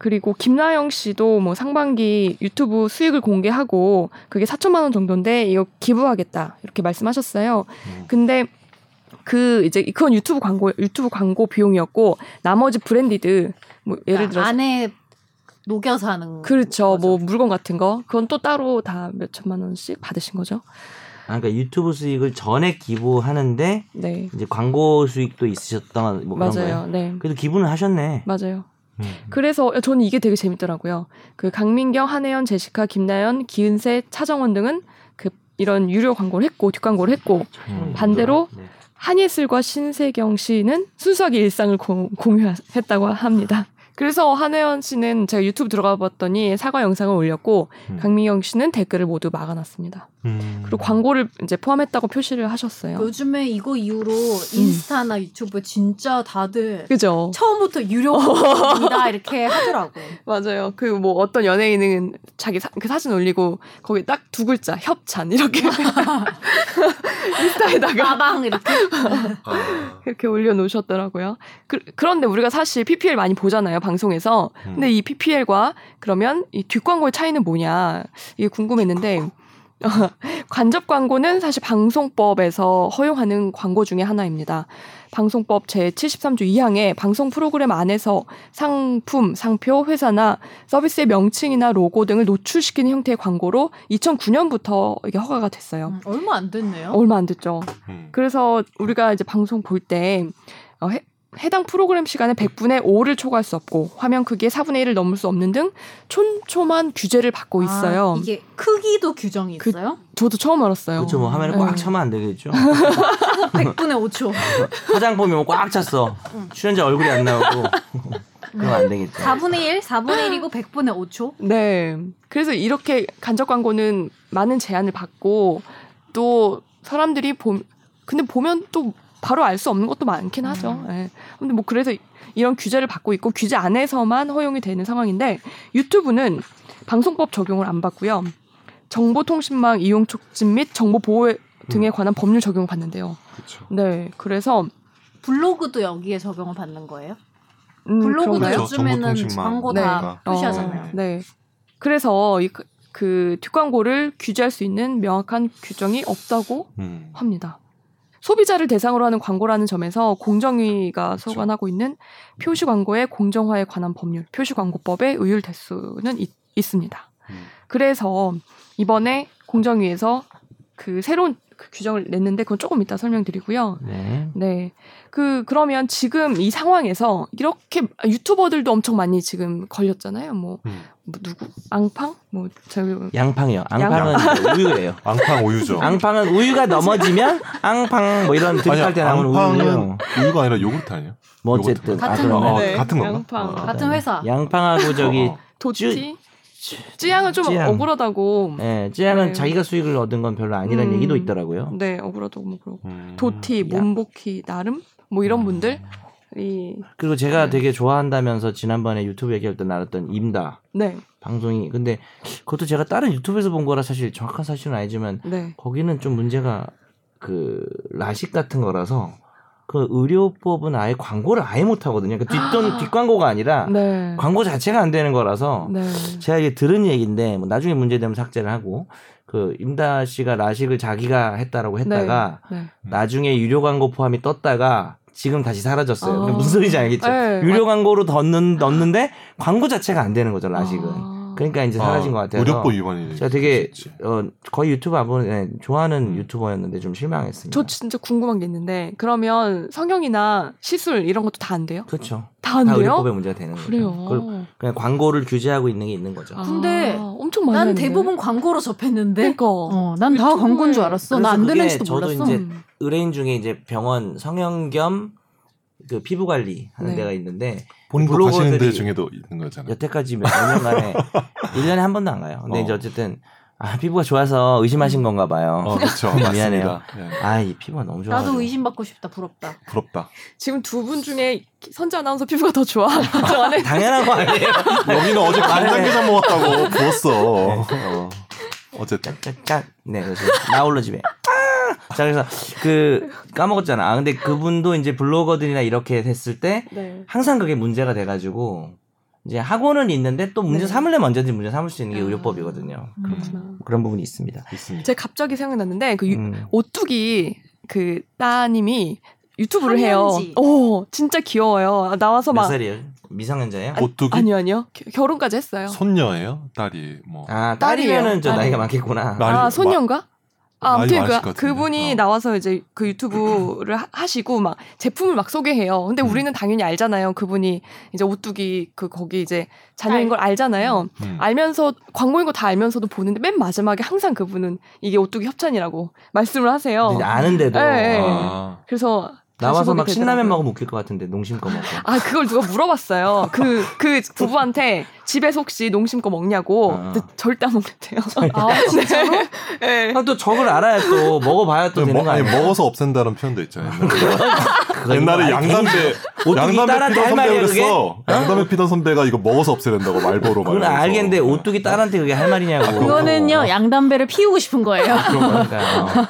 [SPEAKER 1] 그리고 김나영 씨도 뭐 상반기 유튜브 수익을 공개하고 그게 4천만 원 정도인데 이거 기부하겠다 이렇게 말씀하셨어요.
[SPEAKER 3] 음.
[SPEAKER 1] 근데 그 이제 그건 유튜브 광고 유튜브 광고 비용이었고 나머지 브랜디드 뭐 예를 들어서
[SPEAKER 4] 그러니까 안에 녹여서 하는
[SPEAKER 1] 그렇죠
[SPEAKER 4] 거죠.
[SPEAKER 1] 뭐 물건 같은 거 그건 또 따로 다 몇 천만 원씩 받으신 거죠.
[SPEAKER 2] 아, 그러니까 유튜브 수익을 전에 기부하는데
[SPEAKER 1] 네
[SPEAKER 2] 이제 광고 수익도 있으셨던 뭐 그런 거예요.
[SPEAKER 1] 맞아요. 네
[SPEAKER 2] 그래도 기부는 하셨네.
[SPEAKER 1] 맞아요.
[SPEAKER 3] 음.
[SPEAKER 1] 그래서 어, 저는 이게 되게 재밌더라고요. 그 강민경, 한혜연, 제시카, 김나연, 기은세, 차정원 등은 그 이런 유료 광고를 했고 뒷광고를 했고
[SPEAKER 3] 음.
[SPEAKER 1] 반대로
[SPEAKER 2] 네.
[SPEAKER 1] 한예슬과 신세경 씨는 순수하게 일상을 공, 공유했다고 합니다. 그래서 한혜연 씨는 제가 유튜브 들어가 봤더니 사과 영상을 올렸고
[SPEAKER 3] 음.
[SPEAKER 1] 강민경 씨는 댓글을 모두 막아놨습니다.
[SPEAKER 3] 음.
[SPEAKER 1] 그리고 광고를 이제 포함했다고 표시를 하셨어요.
[SPEAKER 4] 요즘에 이거 이후로 인스타나 유튜브 진짜 다들
[SPEAKER 1] 그죠?
[SPEAKER 4] 처음부터 유료입니다 이렇게 하더라고.
[SPEAKER 1] 맞아요. 그 뭐 어떤 연예인은 자기 사, 그 사진 올리고 거기 딱 두 글자 협찬 이렇게 인스타에다가
[SPEAKER 4] 가방 이렇게
[SPEAKER 3] 아.
[SPEAKER 1] 이렇게 올려놓으셨더라고요. 그, 그런데 우리가 사실 PPL 많이 보잖아요 방송에서.
[SPEAKER 3] 음.
[SPEAKER 1] 근데 이 PPL과 그러면 이 뒷광고의 차이는 뭐냐 이게 궁금했는데 간접 광고는 사실 방송법에서 허용하는 광고 중에 하나입니다. 방송법 제73조 2항에 방송 프로그램 안에서 상품, 상표, 회사나 서비스의 명칭이나 로고 등을 노출시키는 형태의 광고로 2009년부터 이게 허가가 됐어요.
[SPEAKER 4] 음, 얼마 안 됐네요.
[SPEAKER 1] 얼마 안 됐죠.
[SPEAKER 3] 음.
[SPEAKER 1] 그래서 우리가 이제 방송 볼 때 어, 해, 해당 프로그램 시간의 100분의 5를 초과할 수 없고 화면 크기의 4분의 1을 넘을 수 없는 등 촘촘한 규제를 받고 있어요.
[SPEAKER 4] 아, 이게 크기도 규정이
[SPEAKER 1] 그-
[SPEAKER 4] 있어요?
[SPEAKER 1] 저도 처음 알았어요.
[SPEAKER 2] 그렇죠. 뭐 화면을
[SPEAKER 1] 네.
[SPEAKER 2] 꽉 차면 안 되겠죠.
[SPEAKER 4] 100분의 5초.
[SPEAKER 2] 화장품이 뭐꽉 찼어.
[SPEAKER 4] 응.
[SPEAKER 2] 출연자 얼굴이 안 나오고. 그러면 안 되겠죠.
[SPEAKER 4] 4분의 1, 4분의 1이고 100분의 5초.
[SPEAKER 1] 네. 그래서 이렇게 간접 광고는 많은 제한을 받고 또 사람들이 보 근데 보면 또 바로 알 수 없는 것도 많긴 하죠.
[SPEAKER 4] 음.
[SPEAKER 1] 예. 근데 뭐 그래서 이런 규제를 받고 있고 규제 안에서만 허용이 되는 상황인데 유튜브는 방송법 적용을 안 받고요. 정보통신망 이용 촉진 및 정보 보호
[SPEAKER 4] 음.
[SPEAKER 1] 등에 관한 법률 적용을 받는데요.
[SPEAKER 3] 그렇죠.
[SPEAKER 1] 네. 그래서
[SPEAKER 4] 블로그도 여기에 적용을 받는 거예요?
[SPEAKER 1] 음,
[SPEAKER 4] 블로그도
[SPEAKER 1] 그런가요?
[SPEAKER 3] 그렇죠.
[SPEAKER 4] 요즘에는
[SPEAKER 3] 정보통신망.
[SPEAKER 4] 광고
[SPEAKER 1] 네.
[SPEAKER 4] 다
[SPEAKER 3] 어.
[SPEAKER 4] 표시하잖아요.
[SPEAKER 1] 네. 그래서 이, 그- 그 뒷광고를 규제할 수 있는 명확한 규정이 없다고
[SPEAKER 3] 음.
[SPEAKER 1] 합니다. 소비자를 대상으로 하는 광고라는 점에서 공정위가
[SPEAKER 3] 그렇죠.
[SPEAKER 1] 소관하고 있는 표시 광고의 공정화에 관한 법률, 표시 광고법의 의율 대수는 있, 습니다
[SPEAKER 3] 음.
[SPEAKER 1] 그래서 이번에 공정위에서 그 새로운 그 규정을 냈는데 그건 조금 이따 설명드리고요.
[SPEAKER 2] 네.
[SPEAKER 1] 네. 그 그러면 지금 이 상황에서 이렇게 유튜버들도 엄청 많이 지금 걸렸잖아요. 뭐,
[SPEAKER 3] 음.
[SPEAKER 1] 뭐 누구 앙팡 뭐 저기
[SPEAKER 2] 양팡이요. 앙팡은 우유예요.
[SPEAKER 3] 앙팡 우유죠.
[SPEAKER 2] 앙팡은 우유가 넘어지면 앙팡 뭐 이런 드립할 때 나오는 우유예요.
[SPEAKER 3] 앙팡은 우유가 아니라 요구르트 아니에요?
[SPEAKER 2] 뭐 어쨌든
[SPEAKER 3] 요거트.
[SPEAKER 2] 아,
[SPEAKER 4] 같은
[SPEAKER 2] 그러네.
[SPEAKER 3] 어, 같은 건가?
[SPEAKER 1] 양팡,
[SPEAKER 3] 어.
[SPEAKER 4] 같은 회사.
[SPEAKER 2] 양팡하고 저기
[SPEAKER 3] 어.
[SPEAKER 1] 도티 쯔양은 좀
[SPEAKER 2] 쯔양.
[SPEAKER 1] 억울하다고. 네,
[SPEAKER 2] 예, 쯔양은
[SPEAKER 1] 네.
[SPEAKER 2] 자기가 수익을 얻은 건 별로 아니라는
[SPEAKER 1] 음.
[SPEAKER 2] 얘기도 있더라고요.
[SPEAKER 1] 억울하다고 뭐 그러고.
[SPEAKER 3] 음.
[SPEAKER 1] 도티,
[SPEAKER 2] 양.
[SPEAKER 1] 몸복희, 나름 뭐
[SPEAKER 2] 음.
[SPEAKER 1] 이런 분들이
[SPEAKER 2] 그리고 제가
[SPEAKER 1] 네.
[SPEAKER 2] 되게 좋아한다면서 지난번에 유튜브 얘기할 때 나눴던 임다
[SPEAKER 1] 네,
[SPEAKER 2] 방송이 근데 그것도 제가 다른 유튜브에서 본 거라 사실 정확한 사실은 아니지만
[SPEAKER 1] 네.
[SPEAKER 2] 거기는 좀 문제가 그 라식 같은 거라서 그 의료법은 아예 광고를 아예 못 하거든요. 그 뒷돈 뒷광고가 아니라
[SPEAKER 1] 네.
[SPEAKER 2] 광고 자체가 안 되는 거라서
[SPEAKER 1] 네.
[SPEAKER 2] 제가 이게 들은 얘기인데 뭐 나중에 문제되면 삭제를 하고 그 임다 씨가 라식을 자기가 했다라고 했다가
[SPEAKER 1] 네.
[SPEAKER 2] 나중에 유료 광고 포함이 떴다가 지금 다시 사라졌어요.
[SPEAKER 1] 아.
[SPEAKER 2] 그러니까 무슨 소리인지 알겠죠?
[SPEAKER 1] 네.
[SPEAKER 2] 유료 광고로 넣는 넣는데 광고 자체가 안 되는 거죠 라식은.
[SPEAKER 1] 아.
[SPEAKER 2] 그러니까 이제 사라진
[SPEAKER 3] 아,
[SPEAKER 2] 것 같아요.
[SPEAKER 3] 의료법 위반이.
[SPEAKER 2] 제가 되게
[SPEAKER 3] 있지.
[SPEAKER 2] 어, 거의 유튜브 안 보는 네, 좋아하는 유튜버였는데 좀 실망했습니다.
[SPEAKER 1] 음. 저 진짜 궁금한 게 있는데 그러면 성형이나 시술 이런 것도 다 안 돼요?
[SPEAKER 2] 그렇죠.
[SPEAKER 1] 다 안
[SPEAKER 2] 다
[SPEAKER 1] 돼요?
[SPEAKER 2] 의료법에 문제가 되는 거죠.
[SPEAKER 1] 그래요.
[SPEAKER 2] 그걸 그냥 광고를 규제하고 있는 게 있는 거죠.
[SPEAKER 1] 아,
[SPEAKER 4] 근데
[SPEAKER 1] 엄청 많이
[SPEAKER 4] 난
[SPEAKER 1] 하는데.
[SPEAKER 4] 대부분 광고로 접했는데.
[SPEAKER 1] 그러니까
[SPEAKER 3] 음.
[SPEAKER 4] 어, 난 다
[SPEAKER 1] 유튜브에-
[SPEAKER 4] 광고인 줄 알았어. 나 안
[SPEAKER 2] 그래서
[SPEAKER 4] 되는지도
[SPEAKER 2] 그게 저도
[SPEAKER 4] 몰랐어.
[SPEAKER 2] 이제
[SPEAKER 1] 음.
[SPEAKER 2] 의뢰인 중에 이제 병원 성형 겸 그 피부 관리 하는
[SPEAKER 1] 네.
[SPEAKER 2] 데가 있는데
[SPEAKER 3] 본인도 가시는 데
[SPEAKER 2] 블로거들이-
[SPEAKER 3] 중에도 있는 거잖아요.
[SPEAKER 2] 여태까지 몇 년간에 1년에 한 번도 안 가요. 근데
[SPEAKER 3] 어.
[SPEAKER 2] 이제 어쨌든 아, 피부가 좋아서
[SPEAKER 1] 음.
[SPEAKER 2] 의심하신 건가 봐요.
[SPEAKER 3] 어, 그렇죠.
[SPEAKER 2] 미안해요.
[SPEAKER 3] 맞습니다. 예,
[SPEAKER 2] 아, 이 피부가 너무 좋아.
[SPEAKER 4] 나도 의심받고 싶다. 부럽다.
[SPEAKER 3] 부럽다.
[SPEAKER 1] 지금 두 분 중에 선지 아나운서 피부가 더 좋아. 저 안에
[SPEAKER 2] 당연한 거 아니에요? 네.
[SPEAKER 3] 여기는 어제 간장게장 먹었다고 부었어. 어. 어쨌든
[SPEAKER 2] 짠짠짠. 네, 그래서 나홀로 집에. 아! 자, 그래서 그 까먹었잖아. 아, 근데 그분도 이제 블로거들이나 이렇게 됐을 때
[SPEAKER 1] 네.
[SPEAKER 2] 항상 그게 문제가 돼가지고 이제 하고는 있는데 또 문제
[SPEAKER 1] 네.
[SPEAKER 2] 삼을래 먼저든지 문제 삼을 수 있는 게
[SPEAKER 1] 아.
[SPEAKER 2] 의료법이거든요.
[SPEAKER 4] 음.
[SPEAKER 1] 그렇구나.
[SPEAKER 2] 그런 부분이 있습니다.
[SPEAKER 3] 있습니다.
[SPEAKER 1] 음. 제가 갑자기 생각났는데 그 유-
[SPEAKER 2] 음.
[SPEAKER 1] 오뚜기 그 따님이 유튜브를 해요.
[SPEAKER 4] 삼년지.
[SPEAKER 1] 오, 진짜 귀여워요. 아, 나와서
[SPEAKER 2] 몇
[SPEAKER 1] 막
[SPEAKER 2] 살이에요? 미성년자예요?
[SPEAKER 3] 오뚜기
[SPEAKER 1] 아니요, 아니요. 겨- 결혼까지 했어요.
[SPEAKER 3] 손녀예요? 딸이 뭐
[SPEAKER 2] 아 딸이면은 저
[SPEAKER 1] 딸이에요.
[SPEAKER 2] 나이가 많겠구나.
[SPEAKER 3] 나-
[SPEAKER 1] 아,
[SPEAKER 3] 아니,
[SPEAKER 1] 손녀인가? 아,
[SPEAKER 3] 많이
[SPEAKER 1] 아무튼
[SPEAKER 3] 많으실
[SPEAKER 1] 그,
[SPEAKER 3] 것 같은데.
[SPEAKER 1] 그분이
[SPEAKER 3] 어.
[SPEAKER 1] 나와서 이제 그 유튜브를 하- 하시고 막 제품을 막 소개해요. 근데
[SPEAKER 3] 음.
[SPEAKER 1] 우리는 당연히 알잖아요. 그분이 이제 오뚜기 그 거기 이제 자녀인 걸 알잖아요.
[SPEAKER 3] 음.
[SPEAKER 1] 알면서 광고인 거 다 알면서도 보는데 맨 마지막에 항상 그분은 이게 오뚜기 협찬이라고 말씀을 하세요.
[SPEAKER 2] 이제 아는데도
[SPEAKER 1] 예, 예.
[SPEAKER 3] 아,
[SPEAKER 1] 그래서 다시
[SPEAKER 2] 나와서
[SPEAKER 1] 보게
[SPEAKER 2] 막 신라면
[SPEAKER 1] 되더라고요.
[SPEAKER 2] 먹으면 웃길 것 같은데 농심껏 먹고.
[SPEAKER 1] 아 그걸 누가 물어봤어요. 그 그 부부한테 집에서 혹시 농심 거 먹냐고.
[SPEAKER 2] 아.
[SPEAKER 1] 근데 절대 안 먹는데요.
[SPEAKER 4] 아, 진짜로?
[SPEAKER 1] 네.
[SPEAKER 2] 아, 또 적을 알아야 또 먹어봐야 또 되는
[SPEAKER 3] 뭐,
[SPEAKER 2] 거
[SPEAKER 3] 아니,
[SPEAKER 2] 아니에요?
[SPEAKER 3] 먹어서 없앤다는 표현도 있잖아요.
[SPEAKER 2] 그거
[SPEAKER 3] 옛날에
[SPEAKER 2] 아니,
[SPEAKER 3] 양담배
[SPEAKER 2] 오뚜기
[SPEAKER 3] 양담배
[SPEAKER 2] 딸한테
[SPEAKER 3] 피던
[SPEAKER 2] 할 말이야
[SPEAKER 3] 선배가
[SPEAKER 2] 그게?
[SPEAKER 3] 그랬어. 양담배 피던 선배가 이거 먹어서 없애된다고 말보로 말.
[SPEAKER 2] 그건 알겠는데 오뚜기 딸한테 그게 할 말이냐고.
[SPEAKER 4] 네.
[SPEAKER 2] 어.
[SPEAKER 4] 그거는요, 양담배를 피우고 싶은 거예요.
[SPEAKER 2] 그러니까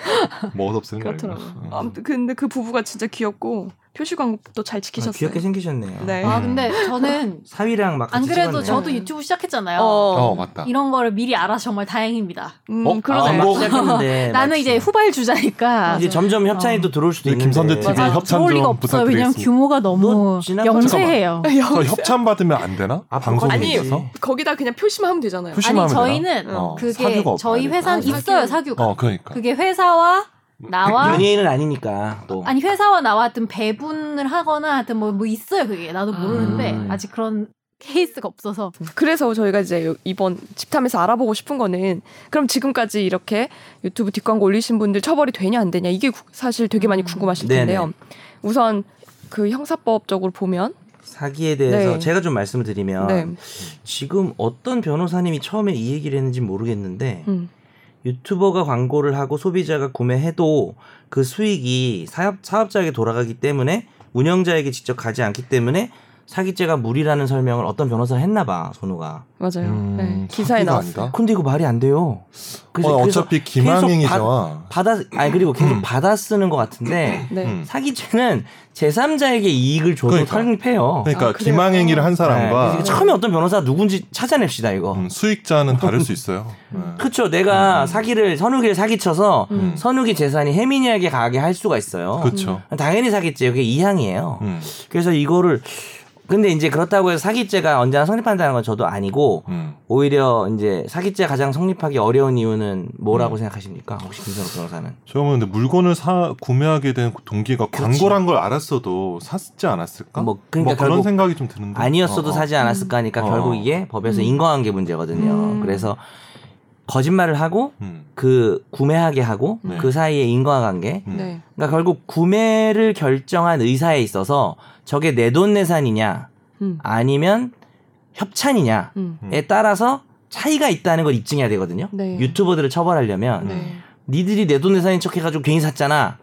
[SPEAKER 3] 먹어서 없애는 거
[SPEAKER 1] 그렇더라고요.
[SPEAKER 3] 아니야.
[SPEAKER 1] 아무튼 근데 그 부부가 진짜 귀엽고 표시 광고도 잘
[SPEAKER 2] 아,
[SPEAKER 1] 지키셨어요.
[SPEAKER 2] 귀엽게 생기셨네요.
[SPEAKER 1] 네.
[SPEAKER 4] 아, 근데 저는
[SPEAKER 2] 사위랑 막
[SPEAKER 4] 안
[SPEAKER 2] 같이 찍었네요.
[SPEAKER 4] 그래도 저도 유튜브 시작했잖아요.
[SPEAKER 3] 어 맞다.
[SPEAKER 4] 이런 거를 미리 알아서 정말 다행입니다.
[SPEAKER 1] 음,
[SPEAKER 3] 어?
[SPEAKER 1] 그러네.
[SPEAKER 3] 아, 뭐-
[SPEAKER 2] 시작했는데
[SPEAKER 4] 나는
[SPEAKER 2] 마침.
[SPEAKER 4] 이제 후발 주자니까.
[SPEAKER 2] 이제 점점 협찬이
[SPEAKER 4] 어.
[SPEAKER 2] 또 들어올 수도
[SPEAKER 3] 우리
[SPEAKER 2] 있는데.
[SPEAKER 3] 김선재 TV
[SPEAKER 4] 맞아,
[SPEAKER 3] 협찬
[SPEAKER 4] 들어올
[SPEAKER 3] 좀
[SPEAKER 4] 리가 없어요. 왜냐면
[SPEAKER 3] 부탁드리겠습니다.
[SPEAKER 4] 규모가 너무
[SPEAKER 2] 너 지난 거
[SPEAKER 4] 영세해요.
[SPEAKER 3] 저 협찬 받으면 안 되나?
[SPEAKER 2] 아,
[SPEAKER 1] 아니
[SPEAKER 3] 방송에서?
[SPEAKER 1] 거기다 그냥 표시만 하면 되잖아요.
[SPEAKER 3] 표시-
[SPEAKER 4] 아니
[SPEAKER 3] 심하면
[SPEAKER 4] 저희는
[SPEAKER 3] 되나? 어,
[SPEAKER 4] 그게
[SPEAKER 3] 사규가
[SPEAKER 4] 저희
[SPEAKER 3] 없어야
[SPEAKER 4] 아, 회사는
[SPEAKER 1] 되나?
[SPEAKER 4] 있어요
[SPEAKER 1] 사규.
[SPEAKER 4] 사규가.
[SPEAKER 3] 어 그러니까.
[SPEAKER 4] 그게 회사와 나와
[SPEAKER 2] 그 연예인은 아니니까 또.
[SPEAKER 4] 아. 아니 회사와 나와 하여튼 배분을 하거나 하여튼 뭐, 뭐 있어요 그게 나도
[SPEAKER 1] 아.
[SPEAKER 4] 모르는데
[SPEAKER 2] 음.
[SPEAKER 4] 아직 그런 케이스가 없어서
[SPEAKER 1] 그래서 저희가 이제 요- 이번 집탐에서 알아보고 싶은 거는 그럼 지금까지 이렇게 유튜브 뒷광고 올리신 분들 처벌이 되냐 안 되냐 이게 구- 사실 되게 많이
[SPEAKER 4] 음.
[SPEAKER 1] 궁금하실
[SPEAKER 2] 네네.
[SPEAKER 1] 텐데요. 우선 그 형사법적으로 보면
[SPEAKER 2] 사기에 대해서
[SPEAKER 1] 네.
[SPEAKER 2] 제가 좀 말씀을 드리면
[SPEAKER 1] 네.
[SPEAKER 2] 지금 어떤 변호사님이 처음에 이 얘기를 했는지 모르겠는데
[SPEAKER 1] 음.
[SPEAKER 2] 유튜버가 광고를 하고 소비자가 구매해도 그 수익이 사업, 사업자에게 돌아가기 때문에 운영자에게 직접 가지 않기 때문에 사기죄가 무리라는 설명을 어떤 변호사가 했나 봐 손호가
[SPEAKER 1] 맞아요.
[SPEAKER 3] 음,
[SPEAKER 1] 네. 기사에
[SPEAKER 3] 사기가
[SPEAKER 1] 나왔어요.
[SPEAKER 3] 아니다?
[SPEAKER 2] 근데 이거 말이 안 돼요 그래서,
[SPEAKER 3] 어,
[SPEAKER 2] 그래서
[SPEAKER 3] 어차피 음. 김항행이잖아.
[SPEAKER 2] 받아 아니 그리고 계속 받아 쓰는 것 같은데
[SPEAKER 1] 네.
[SPEAKER 3] 음.
[SPEAKER 2] 사기죄는 제3자에게 이익을 줘도
[SPEAKER 3] 그러니까.
[SPEAKER 2] 설립해요
[SPEAKER 3] 그러니까
[SPEAKER 1] 아, 그래요?
[SPEAKER 3] 김항행이를 한
[SPEAKER 2] 네,
[SPEAKER 3] 사람과
[SPEAKER 2] 그래서 처음에 어떤 변호사 누군지 찾아냅시다 이거
[SPEAKER 3] 음, 수익자는 다를 수 있어요. 네.
[SPEAKER 2] 그쵸 내가 사기를 선욱이를 사기쳐서
[SPEAKER 1] 음.
[SPEAKER 2] 선욱이 재산이 혜민이에게 가게 할 수가 있어요
[SPEAKER 3] 그렇죠.
[SPEAKER 2] 당연히 사겠지. 이게 이항이에요.
[SPEAKER 3] 음.
[SPEAKER 2] 그래서 이거를 근데 이제 그렇다고 해서 사기죄가 언제나 성립한다는 건 저도 아니고
[SPEAKER 3] 음.
[SPEAKER 2] 오히려 이제 사기죄 가장 성립하기 어려운 이유는 뭐라고
[SPEAKER 3] 음.
[SPEAKER 2] 생각하십니까? 혹시 김선욱 변호사는?
[SPEAKER 3] 저는 근데 물건을 사 구매하게 된 동기가
[SPEAKER 2] 그렇지.
[SPEAKER 3] 광고란 걸 알았었도 샀지 않았을까?
[SPEAKER 2] 그렇죠. 뭐 그러니까
[SPEAKER 3] 뭐 그런
[SPEAKER 2] 결국
[SPEAKER 3] 생각이 좀 드는데
[SPEAKER 2] 아니었어도
[SPEAKER 3] 어, 어.
[SPEAKER 2] 사지 않았을까 하니까
[SPEAKER 3] 어.
[SPEAKER 2] 결국 이게 법에서
[SPEAKER 1] 음.
[SPEAKER 2] 인과관계 문제거든요.
[SPEAKER 1] 음.
[SPEAKER 2] 그래서 거짓말을 하고
[SPEAKER 3] 음.
[SPEAKER 2] 그 구매하게 하고
[SPEAKER 3] 네.
[SPEAKER 2] 그 사이에 인과관계
[SPEAKER 3] 음.
[SPEAKER 1] 네.
[SPEAKER 2] 그러니까 결국 구매를 결정한 의사에 있어서 저게 내 돈 내산이냐
[SPEAKER 1] 음.
[SPEAKER 2] 아니면 협찬이냐에
[SPEAKER 1] 음.
[SPEAKER 3] 음.
[SPEAKER 2] 따라서 차이가 있다는 걸 입증해야 되거든요.
[SPEAKER 1] 네.
[SPEAKER 2] 유튜버들을 처벌하려면
[SPEAKER 1] 네.
[SPEAKER 2] 니들이 내 돈 내산인 척 해가지고 괜히 샀잖아.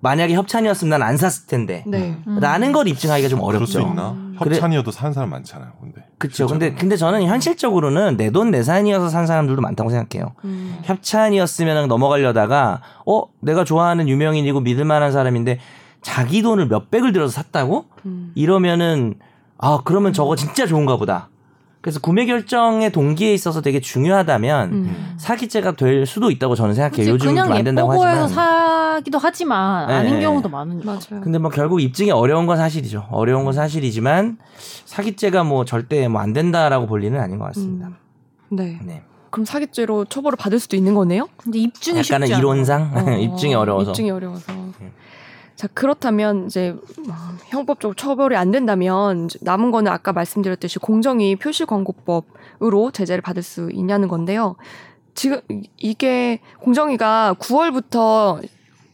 [SPEAKER 2] 만약에 협찬이었으면 난 안 샀을 텐데.
[SPEAKER 1] 네.
[SPEAKER 4] 음.
[SPEAKER 2] 라는 걸 입증하기가 좀
[SPEAKER 3] 그럴 수
[SPEAKER 2] 어렵죠.
[SPEAKER 3] 있나?
[SPEAKER 1] 음.
[SPEAKER 2] 그래-
[SPEAKER 3] 협찬이어도 사는 사람 많잖아요. 근데
[SPEAKER 2] 그렇죠.
[SPEAKER 3] 진짜로.
[SPEAKER 2] 근데 근데 저는 현실적으로는 내 돈 내산이어서 산 사람들도 많다고 생각해요.
[SPEAKER 1] 음.
[SPEAKER 2] 협찬이었으면 넘어가려다가 어 내가 좋아하는 유명인이고 믿을만한 사람인데 자기 돈을 몇 백을 들여서 샀다고
[SPEAKER 1] 음.
[SPEAKER 2] 이러면은 아 그러면 저거 진짜 좋은가 보다. 그래서 구매 결정의 동기에 있어서 되게 중요하다면
[SPEAKER 1] 음.
[SPEAKER 2] 사기죄가 될 수도 있다고 저는 생각해요.
[SPEAKER 4] 그치,
[SPEAKER 2] 요즘은
[SPEAKER 4] 그냥
[SPEAKER 2] 좀안 된다고
[SPEAKER 4] 예뻐 보여서
[SPEAKER 2] 하지만.
[SPEAKER 4] 사기도 하지만
[SPEAKER 2] 네,
[SPEAKER 4] 아닌
[SPEAKER 2] 네.
[SPEAKER 4] 경우도 많으니까.
[SPEAKER 1] 맞아요.
[SPEAKER 2] 근데 뭐 결국 입증이 어려운 건 사실이죠. 어려운 건 사실이지만 사기죄가 뭐 절대 뭐 안 된다라고 볼 리는 아닌 것 같습니다.
[SPEAKER 1] 음. 네.
[SPEAKER 2] 네.
[SPEAKER 1] 그럼 사기죄로 처벌을 받을 수도 있는 거네요?
[SPEAKER 4] 근데 입증이 쉽지
[SPEAKER 2] 약간은
[SPEAKER 4] 않아.
[SPEAKER 2] 이론상
[SPEAKER 1] 어,
[SPEAKER 2] 입증이 어려워서.
[SPEAKER 1] 입증이 어려워서.
[SPEAKER 2] 음.
[SPEAKER 1] 자 그렇다면 이제 어, 형법적으로 처벌이 안 된다면 이제 남은 거는 아까 말씀드렸듯이 공정위 표시광고법으로 제재를 받을 수 있냐는 건데요. 지금 이- 이게 공정위가 9월부터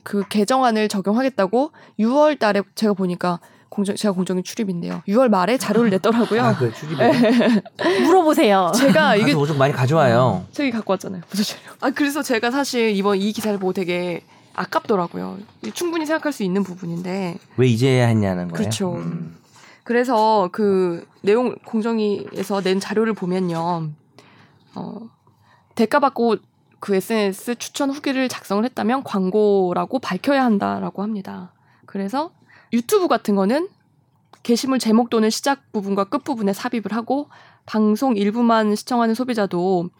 [SPEAKER 1] 그 개정안을 적용하겠다고 6월달에 제가 보니까 공정 제가 공정위 출입인데요. 6월 말에 자료를 냈더라고요.
[SPEAKER 2] 아, 그 출입에 아,
[SPEAKER 4] 물어보세요.
[SPEAKER 1] 제가
[SPEAKER 2] 이게
[SPEAKER 1] 이게
[SPEAKER 2] 오죽 많이 가져와요.
[SPEAKER 1] 책이 음. 갖고 왔잖아요. 보조 자료. 아 그래서 제가 사실 이번 이 기사를 보고 되게 아깝더라고요. 충분히 생각할 수 있는 부분인데
[SPEAKER 2] 왜 이제야 했냐는 거예요.
[SPEAKER 1] 그렇죠.
[SPEAKER 2] 음.
[SPEAKER 1] 그래서 그 내용 공정위에서 낸 자료를 보면요. 어, 대가 받고 그 SNS 추천 후기를 작성을 했다면 광고라고 밝혀야 한다라고 합니다. 그래서 유튜브 같은 거는 게시물 제목 또는 시작 부분과 끝 부분에 삽입을 하고 방송 일부만 시청하는 소비자도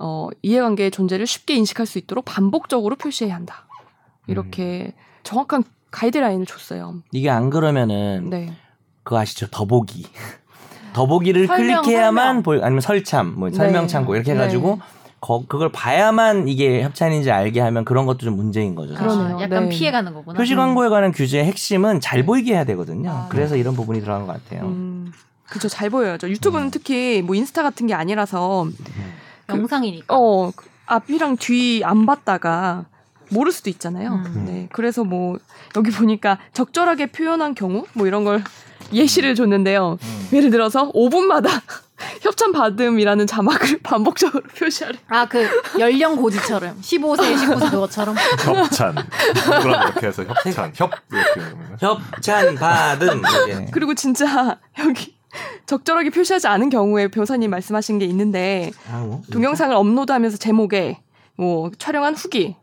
[SPEAKER 1] 어, 이해관계의 존재를 쉽게 인식할 수 있도록 반복적으로 표시해야 한다. 이렇게 정확한 가이드라인을 줬어요.
[SPEAKER 2] 이게 안 그러면은
[SPEAKER 1] 네.
[SPEAKER 2] 그거 아시죠? 더보기. 더보기를
[SPEAKER 4] 설명,
[SPEAKER 2] 클릭해야만
[SPEAKER 4] 설명.
[SPEAKER 2] 보 아니면 설참
[SPEAKER 1] 네.
[SPEAKER 2] 뭐 설명 창고 이렇게 해가지고 거- 그걸 봐야만 이게 협찬인지 알게 하면 그런 것도 좀 문제인 거죠. 사실.
[SPEAKER 1] 그러네요.
[SPEAKER 4] 아, 약간
[SPEAKER 1] 네.
[SPEAKER 4] 피해가는 거구나.
[SPEAKER 2] 표시 광고에 관한 규제의 핵심은 잘 보이게 해야 되거든요.
[SPEAKER 4] 아.
[SPEAKER 2] 그래서 이런 부분이 들어간 것 같아요.
[SPEAKER 1] 음, 그죠 잘 보여야죠. 유튜브는
[SPEAKER 2] 음.
[SPEAKER 1] 특히 뭐 인스타 같은 게 아니라서 그-
[SPEAKER 4] 영상이니까.
[SPEAKER 1] 어 그 앞이랑 뒤 안 봤다가 모를 수도 있잖아요.
[SPEAKER 4] 음.
[SPEAKER 1] 네, 그래서 뭐 여기 보니까 적절하게 표현한 경우 뭐 이런 걸
[SPEAKER 2] 음.
[SPEAKER 1] 예시를 줬는데요. 예를 들어서 5분마다 협찬 받음이라는 자막을 반복적으로 표시하래.
[SPEAKER 4] 아 그 연령 고지처럼 15세, 19세 그것처럼.
[SPEAKER 3] 협찬 그럼 이렇게 해서
[SPEAKER 2] 네.
[SPEAKER 3] 협찬 협 이렇게 하면
[SPEAKER 2] 협찬 받음. 이게.
[SPEAKER 1] 그리고 진짜 여기 적절하게 표시하지 않은 경우에 변호사님 말씀하신 게 있는데
[SPEAKER 2] 아, 뭐?
[SPEAKER 1] 동영상을 업로드하면서 제목에 뭐 촬영한 후기